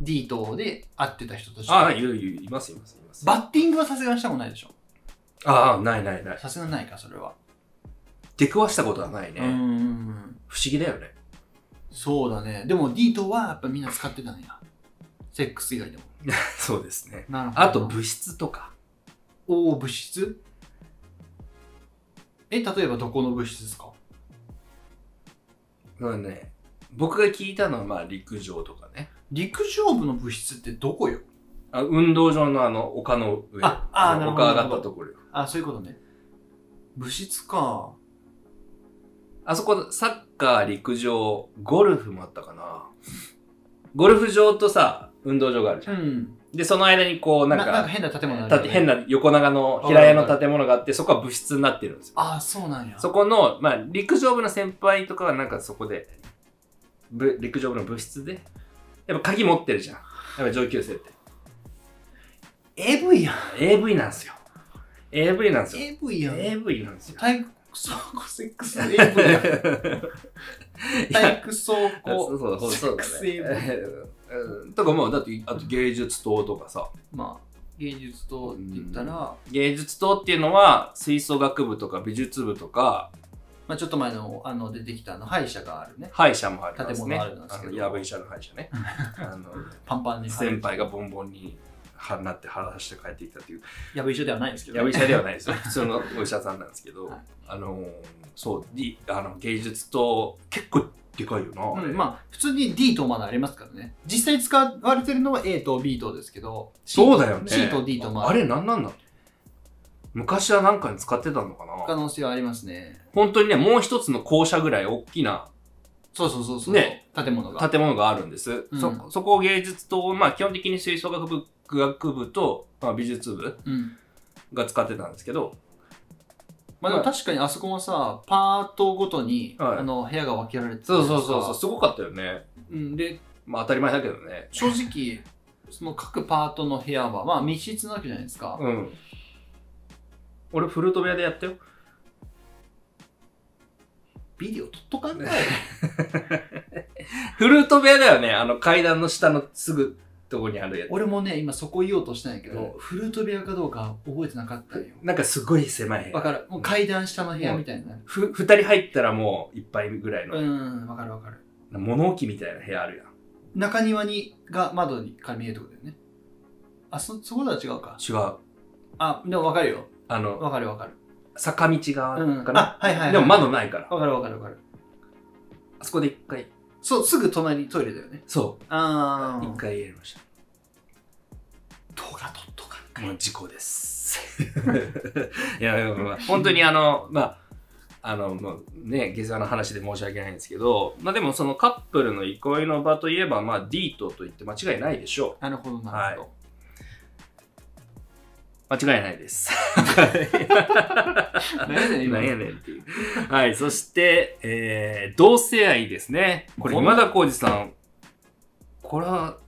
D 党で会ってた人たち。ああ、バいるいる、いますいますいます。ッティングはさすがにしたことないでしょああ、ないないない。さすがにないか、それは。出くわしたことはないね。うーん。不思議だよね。そうだね。でも D 党はやっぱみんな使ってたんや。セックス以外でも。 <laughs> そうですね。なるほあと、物質とか。おお、物質え、例えばどこの物質ですかうんね、僕が聞いたのは、まあ、陸上とかね。陸上部の物質ってどこよあ運動場のあの、丘の上。ああーなるほど丘上がったところよ。あ、そういうことね。物質か。あそこ、サッカー、陸上、ゴルフもあったかな。ゴルフ場とさ、運動場があるじゃん。ん。で、その間にこう、ななんんかか、変な建物あるたよね変。な横長の平屋の建物があって、そこは物質になってるんですよ。あ、そうなんや。そこの、まあ、陸上部の先輩とかはなんかそこで、ぶ陸上部の部室で、やっぱ鍵持ってるじゃん。やっぱ上級生って。 AV やん。 AV なんですよ。AV なんですよ。 AV やん。 AV なんですよ。体育倉庫セックス AV やん。いや体育倉そ庫。うそうそうセッだクスね。うんとかもう、だって、あと芸術棟とかさ。まあ、芸術とって言ったら、うんま芸術棟っていうのは、吹奏楽部とか美術部とか、あちょっと前のあの出てきたあの歯医者があるね。歯医者もありますね。建物あるんですけどあのヤブ医者の歯医者ね。あのパンパンに。先輩がボンボンにはなって腹出して帰ってきたっていう。やぶ医者ではないんですけど、やぶ医者ではないですよ。普通のお医者さんなんですけどはい、あのー、そう、D、あの芸術と結構でかいよな。うん、まあ普通に D とまだありますからね実際使われてるのは A と B とですけど C そうだよね。 C と D とまあれ、なんなんだ昔は何かに使ってたのか可な能性はありますね本当にね、もう一つの校舎ぐらい大きなそうそうそうそう、ね建物が建物があるんです。うんそそこを芸術と、まあ基本的に吹奏楽部学部と、まあ、美術部うんが使ってたんですけど、まあでも確かにあそこもさパートごとに、はいあの部屋が分けられてたそりうとかそうそうそう、すごかったよね。うん、でまあ当たり前だけどね。正直その各パートの部屋はまあ密室なわけじゃないですか、うん。俺、フルート部屋でやったよ。ビデオ撮っとかんない、フルート部屋だよね。あの階段の下のすぐとこにあるやつ。俺もね今そこ言おうとしたんやけど、うフルート部屋かどうか覚えてなかったんよなんかすごい狭い部わ屋。かるもう階段下の部屋みたいなふ、二人入ったらもういっぱいぐらいの、うんわかるわかる物置みたいな部屋あるやん。中庭にが窓にから見えるってことだよねあそそこでは違うか違う。あでもわかるよあの、わかるわかる坂道側うんかな。あはいはいはいでも窓ないから。わかるわかるわかるあそこで一回、そう、すぐ隣トイレだよね。そう、あ一回やりました。とがとっとかんかいもう事故です。 <laughs> いや、まあまあ本当にあの、まあ、あの、もうね、下世話の話で申し訳ないんですけど、まあでもそのカップルの憩いの場といえば、まあ、ディートと言って間違いないでしょなるほど、なるほど。う。間違いないです。何やねん今なんやねんっていう。はい、そして、えー、同性愛ですね。これ、今田耕司さん、これは、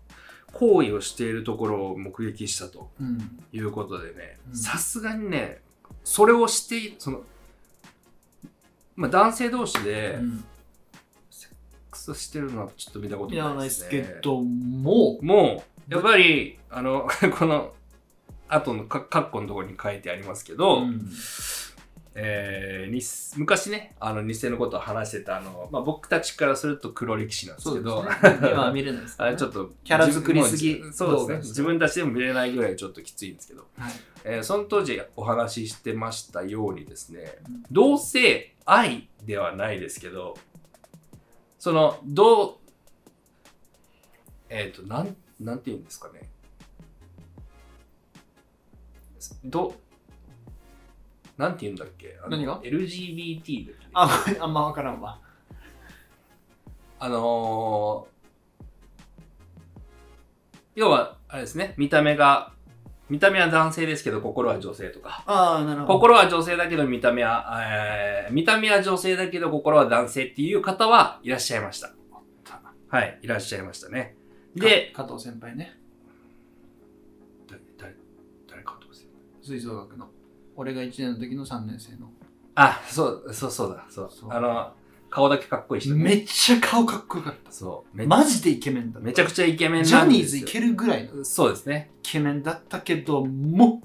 行為をしているところを目撃したと。うん。いうことでねうんさすがにねそれをしていその、まあ、男性同士でうんクソしてるのはちょっと見たこといらなないいでですすけねども、もうやっぱりあの <laughs> この後のかカッコのところに書いてありますけど、うんえーに昔ねあの偽のことを話してたあの、まあ、僕たちからすると黒歴史なんですそうけですねど。今は見れないですね。 <laughs> あれちょっとキャラ作りすぎ自分もそうですね動画自分たちでも見れないぐらいちょっときついんですけどはいえーその当時お話ししてましたようにですねうん、同性愛ではないですけど、その、どう、えっ、と、なん、なんて言うんですかね。ど、なんて言うんだっけあの何が ?LGBT だっけあ、あんまわからんわ。あのー要は、あれですね、見た目が、見た目は男性ですけど、心は女性とか。ああ、なるほど。心は女性だけど見た目は、えー見た目は女性だけど心は男性っていう方はいらっしゃいました。はい、いらっしゃいましたね。で、か加藤先輩ね、だ誰誰かと思って吹奏楽の。俺が1年の時の3年生の。あ、そう、そうそうだ、そう。そうあの、顔だけかっこいい人、めっちゃ顔かっこよかった。そう。めマジでイケメンだった。めちゃくちゃイケメンジャなんニでーすズいよ。けるぐらいのイそうですね。ケメンだったけども、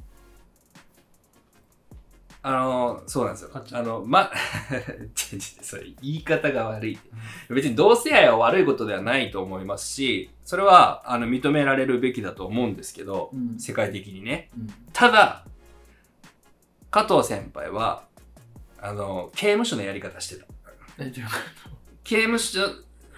あの、そうなんですよこっ。ちあの、ま、 <laughs> ちょちょそれ言い方が悪い。別に同性愛は悪いことではないと思いますし、それは、あの、認められるべきだと思うんですけど、うん世界的にね。うんただ、加藤先輩は、あの、刑務所のやり方してた。大丈刑務所、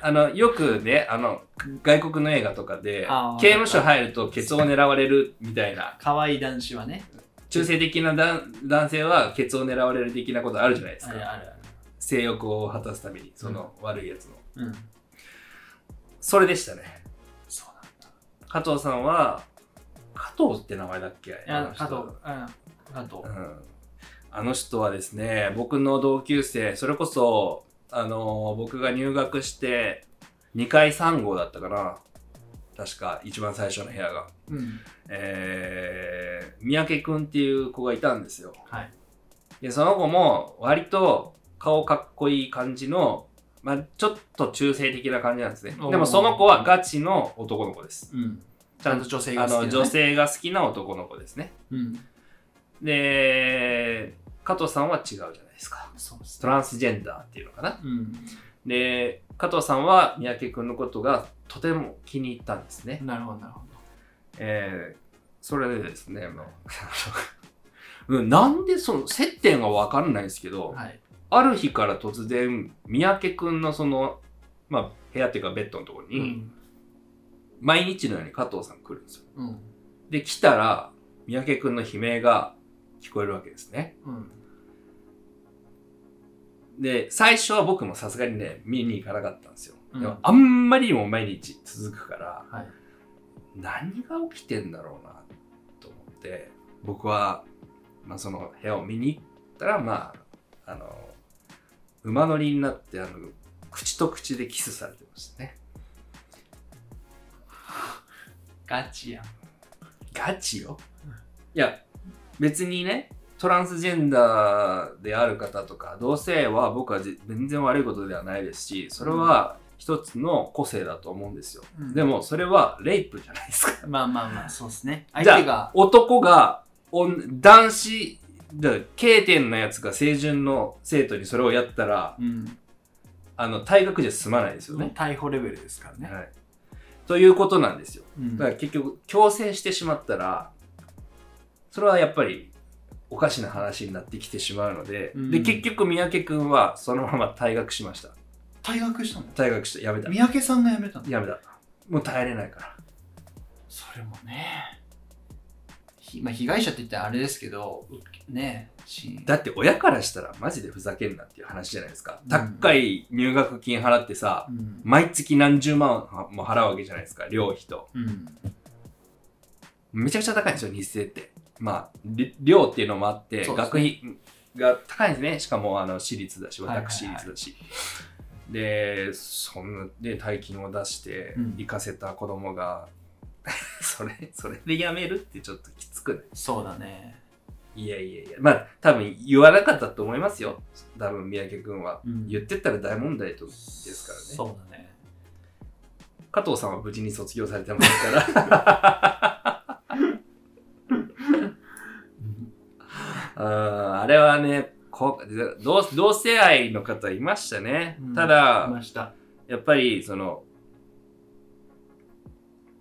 あの、よくね、あの、外国の映画とかであー、刑務所入るとケツを狙われるみたいな、夫。かわいい男子はね。中性的な男男性はケツを狙われる的なことあるじゃないですあれか。ある性欲を果たすために、その悪いやつの。ある。うん。それでしたね。そうなんだ。加藤さんは、加藤って名前だっけいやあの、人加藤、うん、加藤。うんあの人はですね、僕の同級生、それこそ、あの僕が入学して、2階3号だったかな。確か、一番最初の部屋が。うん。えー、三宅くんっていう子がいたんですよ。はい。で、その子も、割と、顔かっこいい感じの、まあ、ちょっと中性的な感じなんですね。おーでも、その子はガチの男の子です。うん。ちちゃゃんんとと、女性があ好きな、の、ね。女。性が好きな男の子ですね。うん。で、加藤さんは違うじゃないですか。そうですトランスジェンダーっていうのかな。うん。で、加藤さんは三宅くんのことがとても気に入ったんですね。なるほど、なるほえー、それでですね、も <laughs> ううん、なんでその接点がわかんないんですけど、ど。はい。ある日から突然、三宅くんのその、まあ、部屋っていうかベッドのところうに、。毎日のように加藤さん来るんですよ。うん。で、来たら、三宅くんの悲鳴が聞こえるわけですね。うん。で、最初は僕もさすがにね、見に行かなかったんですよ。うんでもあんまりにも毎日続くから、はい何が起きてんだろうなと思って、僕は、まあ、その部屋を見に行ったら、まあ、あの、馬乗りになって、あの、口と口でキスされてましたね。ガチやん。ガチようん。いや、別にね、トランスジェンダーである方とか、同性は僕はじ全然悪いことではないですし、それは一つの個性だと思うんですよ。うんでも、それはレイプじゃないですか。まあまあまあ、そうですね。じゃ相手あが、、男が、おん男子、だから K 点のやつが清純の生徒にそれをやったら、うん。あの、退学じゃ済まないですよね。逮捕レベルですからね。はい。ということなんですよ。うんだから結局強制してしまったらそれはやっぱりおかしな話になってきてしまうので、うんで結局三宅君はそのまま退学しました退学したの退学して、やめた。三宅さんが辞めたのやめた。もう耐えれないから。それもねひまあ、被害者って言ったらあれですけどねしだって親からしたらマジでふざけんなっていう話じゃないですかうん。高い入学金払ってさ、うん、毎月何十万も払うわけじゃないですか、寮費と。うん、めちゃくちゃ高いんですよ、日生って。まあ、り寮っていうのもあって、そうですね学費が高いんですね。しかも、あの、私立だし、はいはいはい私立だし。で、そんな、で、大金を出してうん、行かせた子供が、 <laughs> それ、それでやめるってちょっときつくないそうだねいやいやいや、まあ、多分言わなかったと思いますよ。多分、三宅君は。うん言ってったら大問題とですからね。そうだね加藤さんは無事に卒業されてますから。 <laughs> あーあれはねこ同、同性愛の方いましたね。うんたいまだ、したやっぱり、その、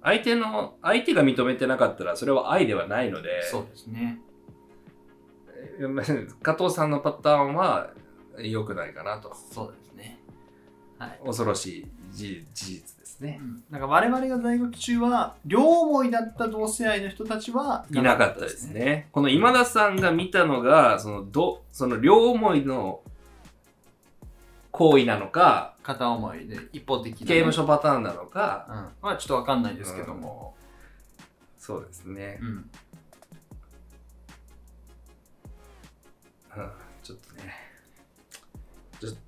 相手の、相手が認めてなかったら、それは愛ではないので、そうですね <laughs> 加藤さんのパターンは良くないかなと。そうですねはい、恐ろしい事事実ですね。なんか我々が在学中は両思いだった同性愛の人たちはいなかったですね。この今田さんが見たのが、その、ど、その両思いの行為なのか、片思いで一方的なね、刑務所パターンなのかう、んまあちょっとわかんないですけども、そうですねう。んうんちょっとね。ちょっと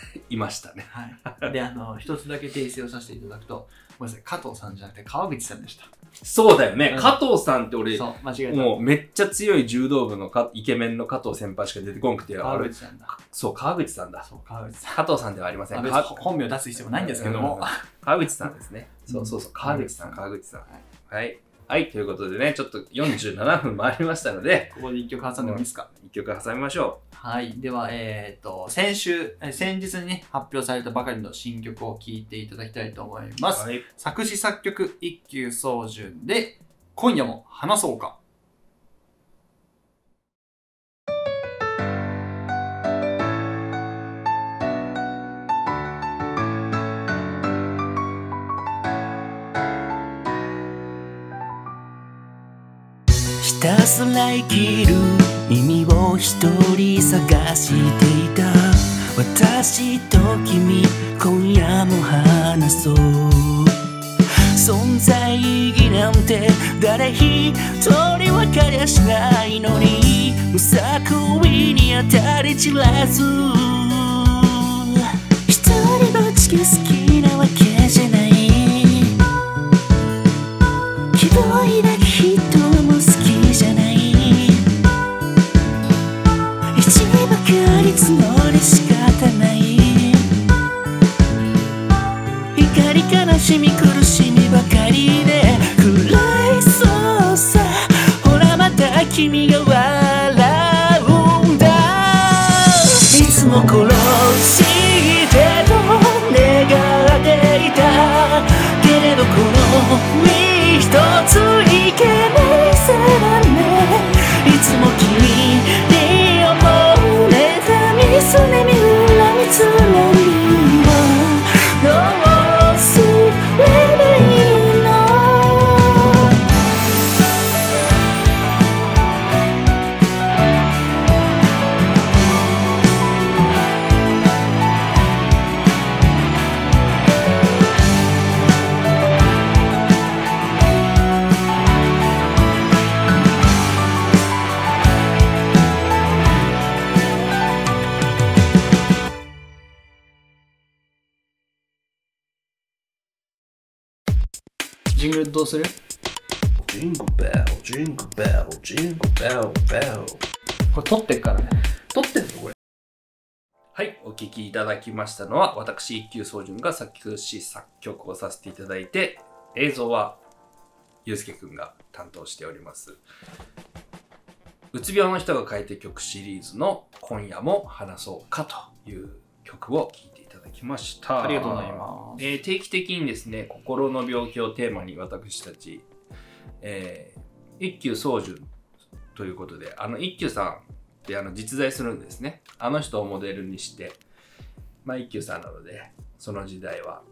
<laughs> いましたね。はい、であの一つだけ訂正をさせていただくとごめんなさい加藤さんじゃなくて川口さんでしたそうだよね。うん加藤さんって俺、そう間違えたもうめっちゃ強い柔道部のかイケメンの加藤先輩しか出てこんくて、川あれ口さんだそう、川口さんだ。そう川口さん加藤さんではありませまあん。別かに本名出す必要もないんですけども、川口さんですね。うんそうそうそう、川口さん、川口さん。ははい。はい、ということでね、ちょっと47分回りましたので、ここで一曲挟んでもいいですか、一曲挟みましょ。はい。では、えっ、と、先週、えー先日にね、発表されたばかりの新曲を聴いていただきたいと思いうます。はい。作詞作曲、一休宗純で、今夜も話そうか。ひたすら生きる意味を一人探していた私と君今夜も話そう存在意義なんて誰一人分かりゃしないのに無作為に当たり散らず一人ぼっちが好きなわけじゃない希望抱く人も好きじゃない一ばかり募り仕方ない怒り悲しみ苦しみばかりで暗いそうさほらまた君が笑うんだいつも殺してと願っていたけれどこの身一ついけないさだねいつも君に思う妬みすねみ恨みつらみはどうすればいいのジングルどうする Jingle bell, jingle bell, jingle bell, bell. これ撮ってっからね。撮ってんのこれ。はい、お聴きいただきましたのは、私、一級宗純が作詞作曲をさせていただいて、映像は、ゆうすけくんが担当しております。うつ病の人が書いて曲シリーズの今夜も話そうかという曲を聴いていただきました。ありがとうございます。えー定期的にですね心の病気をテーマに私たち、えー一休宗純ということであの一休さんってあの実在するんですねあの人をモデルにして、まあ、一休さんなのでその時代は、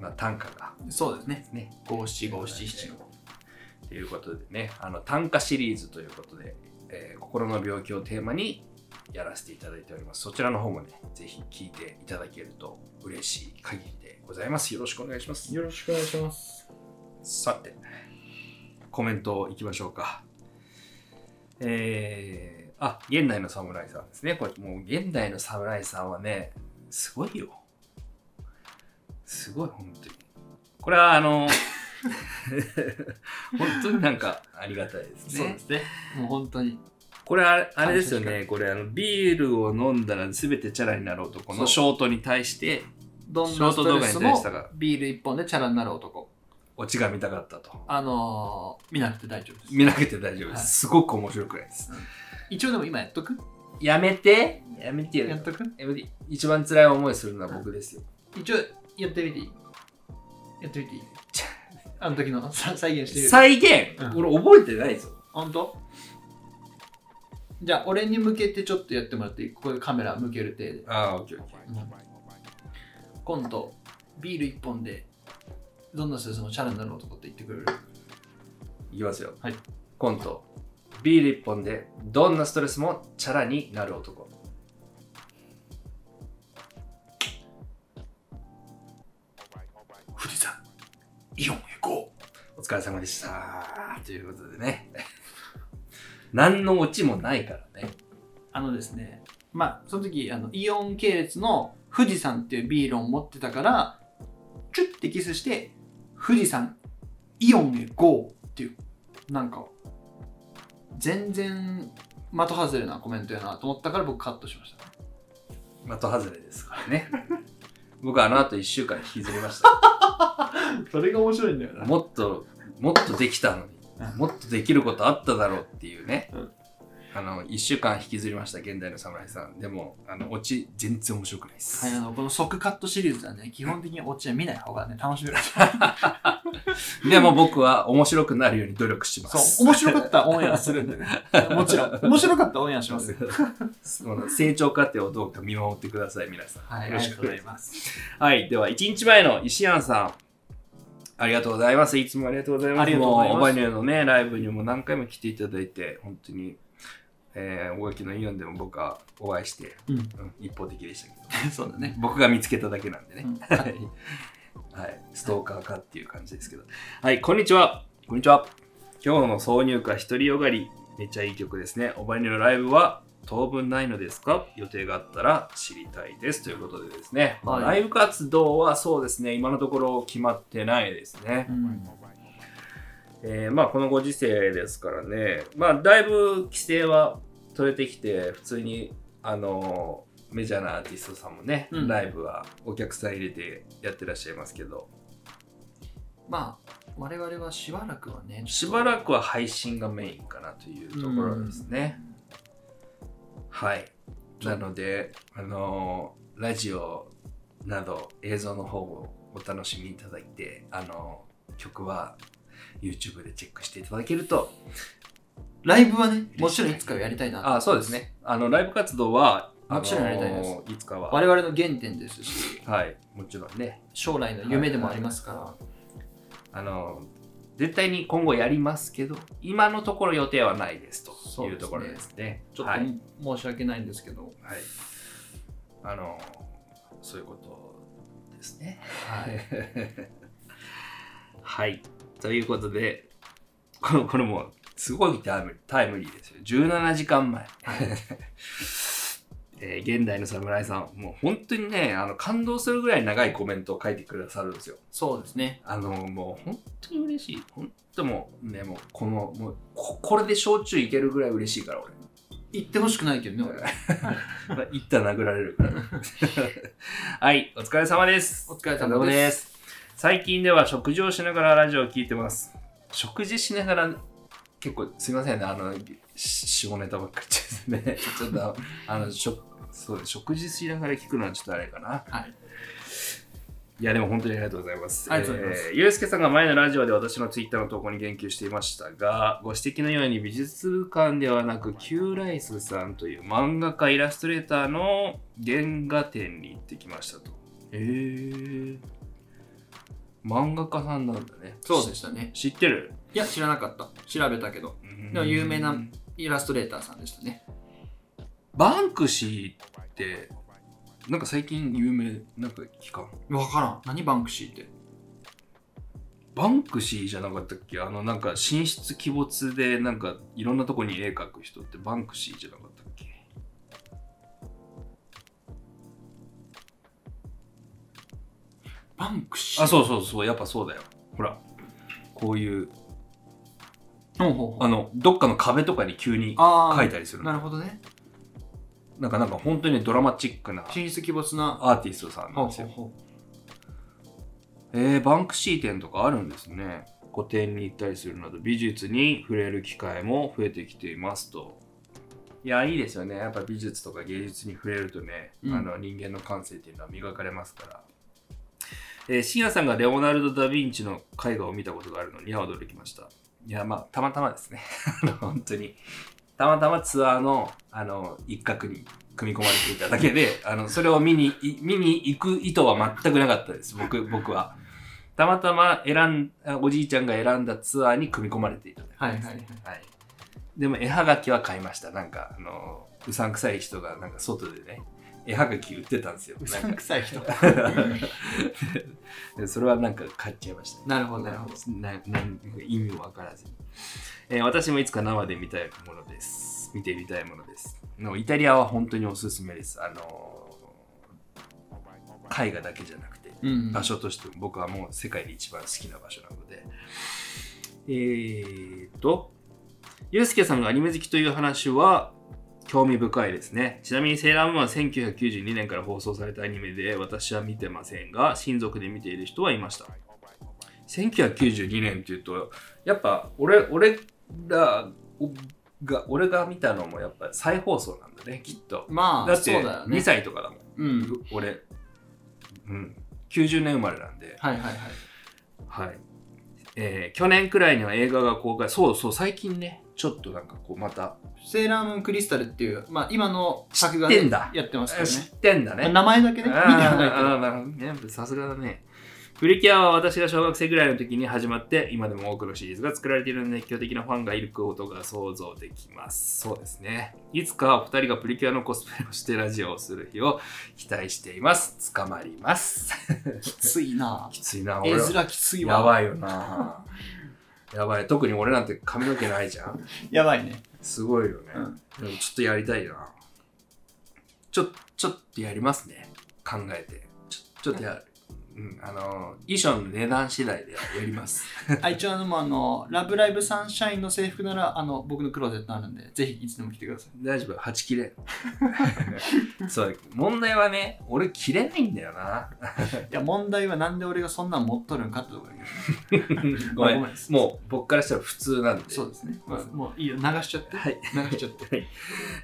まあ、短歌がそうですね。ね五七五七七の。ということでねあの短歌シリーズということで、えー心の病気をテーマにやらせていただいておりますそちらの方もねぜひ聞いていただけると嬉しい限りでございますよろしくお願いしますよろしくお願いします。さてコメントいきましょうかえー、あ現代の侍さんですねこれもう現代の侍さんはねすごいよすごい本当にこれはあの <laughs> 本当になんかありがたいですそうねですね。もう本当に。これあれあれですよ感謝ねこれあのビールを飲んだら全てチャラになる男そのうショートに対してどんショなーストト動レ画にス対もしてがビール一本でチャラになる男。オチが見たかったとあのー、見なくて大丈夫です。見なくて大丈夫です、はいすごく面白くないです一応でも今やっとくやめてやめてよやっとくやめて一番辛い思いするのは僕ですよ一応やってみていいやってみていいあの時の <laughs> さ再現してみる。再現、う俺覚えてないぞ本当じゃあ俺に向けてちょっとやってもらっていいここでカメラ向ける程度。ああオッケーオッケ今度ビール一本でどんなストレスもチャラになる男って言ってくれるーいきますよ、はい、コントビール一本でどんなストレスもチャラになる男富士山イオンへゴお疲れ様でしたということでね <laughs> 何のオチもないからねーあのですねまあその時あのイオン系列の富士山っていうビールを持ってたからチュッてキスして富士山イオンへゴーっていうなんか全然的外れなコメントやなと思ったから僕カットしました的外れですからね僕はあの後1週間引きずりましたそれが面白いんだよもっともっとできたのにもっとできることあっただろうっていうね、うんあの1週間引きずりました現代の侍さんでもあのオチ全然面白くないです、はい、あのこの即カットシリーズはね基本的にオチは見ない方がね楽しめるでも僕は面白くなるように努力しますそう、 <laughs> 面白かったらオンエアするん <laughs> でね。もちろん。面白かったらオンエアし <laughs> ます。その成長過程をどうか見守ってください皆さん、はい、あよろりしがくおとうご願いしますざいます。はい。では、1日前の石庵さん。ありがとうございます。いつもありがとうございます。ありがとうございますもオバニューのね、ライブにも何回も来ていただいて、本当に、えー、大垣のイオンでも僕はお会いして、うん一方的でしたけど、そうだ <laughs> ね。僕が見つけただけなんでね。うんはい。はい。ストーカーかっていう感じですけど。はい、こんにちは。こんにちは。今日の挿入歌、独りよがり。めっちゃいい曲ですね。おばにのライブは当分ないのですか予定があったら知りたいです。ということでですね。まあはいライブ活動はそうですね、今のところ決まってないですね。うんえーまあこのご時世ですからね、まあだいぶ規制は取れてきて、普通に、あのーメジャーなアーティストさんもね、うんライブはお客さん入れてやってらっしゃいますけど、まあ、我々はしばらくはね、しばらくは配信がメインかなというところですね。はい。なので、あのーラジオなど映像の方をお楽しみいただいて、あのー曲は YouTube でチェックしていただけるとライブはね、もちろんいつかはやりたいなとあそうです。ね。あの、ライブ活動は、あのもちろんやりたいですいつかは。我々の原点ですし、はい、もちろんね。将来の夢でもありますから、あの、絶対に今後やりますけど、今のところ予定はないですとそういうですねところですね。ちょっはい、と申し訳ないんですけど、はい。あの、そういうことですね。はい。 <laughs> はい。ということで、この、これも、すごいタイムタイムリーですよ。17時間 <laughs> 前。えー現代の侍さん、もう本当にね、あの、感動するぐらい長いコメントを書いてくださるんですよ。そうですね。あの、もう本当に嬉しい。本当もう、ね、もう、この、もう、ここれで焼酎いけるぐらい嬉しいから、俺。言ってほしくないけどね、俺。まあ <laughs> 一旦殴られるから。はい、お疲れ様です。お疲れ様ですす。最近では食事をしながらラジオを聞いてます。食事しながら、結構すいませんね、あの、し下ネタばっかりです <laughs> ね。ちょっと、あの、しょそう食事しながら聞くのはちょっとあれかな。はい。いや、でも本当にありがとうございます。ありがとうございますえーゆうすけさんが前のラジオで私のツイッターの投稿に言及していましたが、ご指摘のように美術館ではなく、キューライスさんという漫画家イラストレーターの原画展に行ってきましたと。えー、漫画家さんなんだね。そうでしたね。知ってるいや、知らなかった。調べたけど。でも有名なイラストレーターさんでしたね。バンクシーって、なんか最近有名、なんか聞かん。わからん。何バンクシーって。バンクシーじゃなかったっけあの、なんか神出鬼没で、なんかいろんなとこに絵描く人ってバンクシーじゃなかったっけバンクシーあ、そうそうそう、やっぱそうだよ。ほら、こういう、ほうほうほうあの、どっかの壁とかに急にあ描いてたりするなの。るほどね。なんか、なんか本当にドラマチックな神出鬼没な。アーティストさんなんですよ。ほえー、バンクシー展とかあるんですね。個展に行ったりするなど美術に触れる機会も増えてきていますと。いやいいですよね。やっぱ美術とか芸術に触れるとね、うんあの人間の感性っていうのは磨かれますから。えー、深夜さんがレオナルド・ダ・ヴィンチの絵画を見たことがあるのには驚きました。いや、まあ、たまたまですね。 <laughs> あの本当に。たまたまツアーの、あの、一角に組み込まれていただけで、あの、それを見に、い見に行く意図は全くなかったです。僕、僕は。たまたま選ん、あおじいちゃんが選んだツアーに組み込まれていただけうはいはいはい。はい。でも絵はがきは買いました。なんか、あの、うさんくさい人が、なんか外でね、絵はがき売ってたんですよ。うさんくさい人。なんか <laughs> でそれはなんか買っちゃいましたね。 <laughs> なるほどなるほど。ななん意味もわからずに、えー私もいつか生で見たいものです。見てみたいものです。のイタリアは本当におすすめです。あのー絵画だけじゃなくて、うん場所としても僕はもう世界で一番好きな場所なので。えーと、ゆうすけさんがアニメ好きという話は興味深いですね。ちなみにセーラームーンは1992年から放送されたアニメで私は見てませんが、親族で見ている人はいました。1992年っていうと、やっぱ俺俺らが、俺が見たのもやっぱ再放送なんだね、きっと。まだあ、っそてうだよ2ね。歳とかだもん。うん。俺、うん、90年生まれなんで、はいはいはい。はいえー去年くらいには映画が公開そうそう最近ねちょっとなんかこうまたセーラームーンクリスタルっていう、まあ今の作画知ってでんだやってますからね知ってんだね。名前だけね、見てあはないけーあーなるほどねやっぱさすがだねプリキュアは私が小学生ぐらいの時に始まって今でも多くのシリーズが作られているので熱狂的なファンがいることが想像できますそうですねいつかお二人がプリキュアのコスプレをしてラジオをする日を期待しています捕まりますど。きついなきついな絵俺は面きついわ。やばいよな <laughs> やばい特に俺なんて髪の毛ないじゃんやばいね。すごいよね、うんでもちょっとやりたいなちょちょっとやりますね考えてちょちょっとやる、うん、あの衣装の値段次第でやります <laughs> あ一応あのもうあの、ラブライブサンシャインの制服なら、あの、僕のクローゼットあるんで、ぜひいつでも来てください。大丈夫8切 <laughs> れそう問題はね俺切れないんだよないや、問題はなんで俺がそんなん持っとるんかってところだけど。 <laughs> ごめんごめんもう僕からしたら普通なんでそうですね。まあもういいよ、流しちゃって。はい流しちゃって。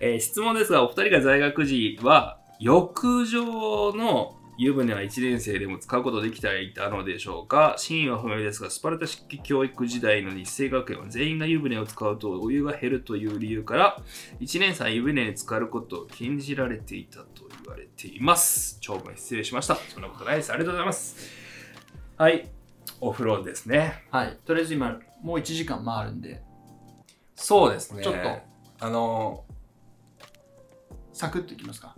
えー質問ですがお二人が在学時は浴場の湯船は1年生でも使うことできていたのでしょうか真意は不明ですがスパルタ式教育時代の日清学園は全員が湯船を使うとお湯が減るという理由から1年生は湯船に浸かることを禁じられていたと言われています長文失礼しましたそんなことないですありがとうございますはいお風呂ですねはい。とりあえず今、もう1時間回るんで、そうですねちょっとあのサクッといきますか。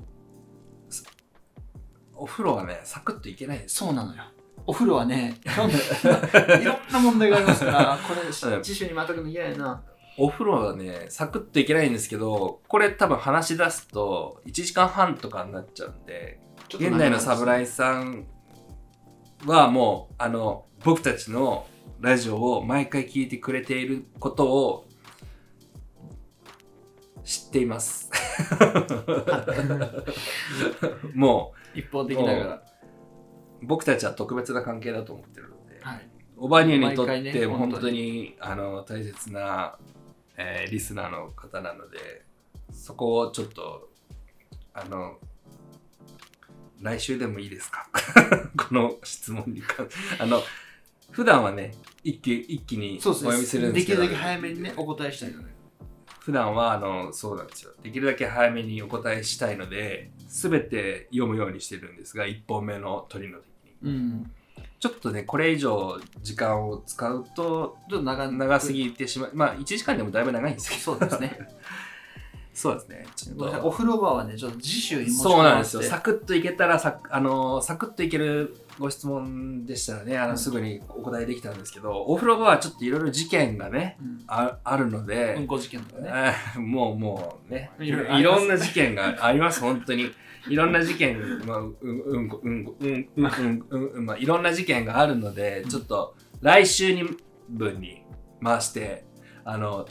お風呂はねサクッといけないですそうなのよ。お風呂はね、いろんないろんな問題がありますから、これ、ん次週にまたくの嫌やな。お風呂はね、サクッといけないんですけど、これ多分話し出すと1時間半とかになっちゃうんで、ちょっと現代の侍さんはもう、あの、僕たちのラジオを毎回聞いてくれていることを知ってい <laughs> ます。も一方的ながら。う、僕たちは特別な関係だと思ってるので、はい。オバニューにとっ毎回てね本本当当にあの大切な、えーリスナーの方なのでそこをちょっとあの来週でもいいですか <laughs> この質問に関あの普段はね一気一気におそうですね。読みするんでですきけるどだけ早めにね、お答えしたいので。普普段はあのそうなんですよできるだけ早めにお答えしたいので全て読むようにしてるんですが1本目の鳥の時にうん。ちょっとねこれ以上時間を使うとちょっと長長す。ぎてしまうまあ1時間でもだいぶ長いんですけどそうですね。 <laughs> そうですねちょっごめんなさいとお風呂場はね、ちょっと次週に持ちそうなんですよ込まサれてクッといけたらサク,、あのーサクッといけるご質問でしたらねあのすぐにお答えできたんですけど、お風呂場はちょっといろいろ事件がねうんああるので、うんこ事件とかね。あー <laughs> もうもうねいいろいろろありますんな事件があります本当にいろんな事件 <laughs> まあうんうんこうんこうんうんうんうんうんまあいろんな事件があるのでちょっと来週に分に回してあの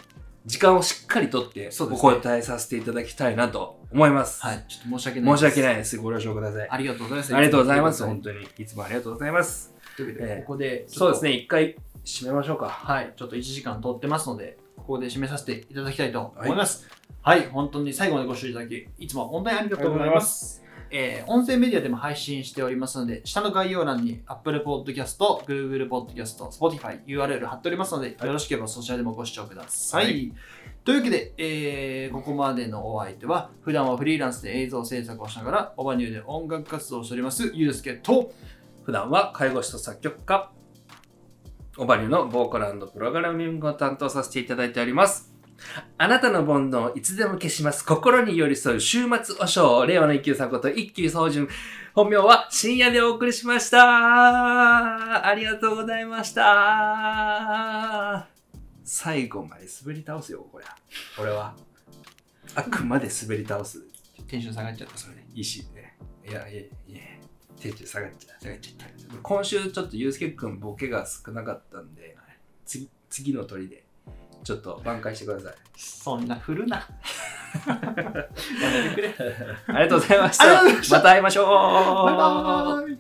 時間をしっかりとってそおうですね答えさせていただきたいなと思いますはい。ちょっと申し訳ない。申し訳い。ないですご了承くださいありがとうございます。ありがとうございますと本当にいつもありがとうございますいうことでええここで、そうですね。ね一回締めましょうかはい。ちょっと1時間取ってますので、ここで締めさせていただきたいと思います。はい。本当に最後までご視聴いただき、いつも本当にありがとうございます。えー音声メディアでも配信しておりますので、下の概要欄に Apple Podcast、Google Podcast、Spotify、URL 貼っておりますので、よろしければそちらでもご視聴ください。はいというわけで、えーここまでのお相手は、普段はフリーランスで映像制作をしながら、オバニューで音楽活動をしております、ゆうすけと、普段は介護士と作曲家オバリューのボーカルプログラミングを担当させていただいておりますあなたの煩悩をいつでも消します心に寄り添う週末お尚令和の一休さんこと一休総順本名は深夜でお送りしましたありがとうございました最後まで滑り倒すよこれは俺はあくまで滑り倒すテンション下がっちゃった。それね、いいしね。いや、いや、いや、手中下がっちゃう、下がっちゃった。今週ちょっとゆうすけくんボケが少なかったんで、次、次の鳥で、ちょっと挽回してく <laughs> ださい。そんな振るな。ありがとうございました。ありがとうございましたた会いましょう。バイバーイ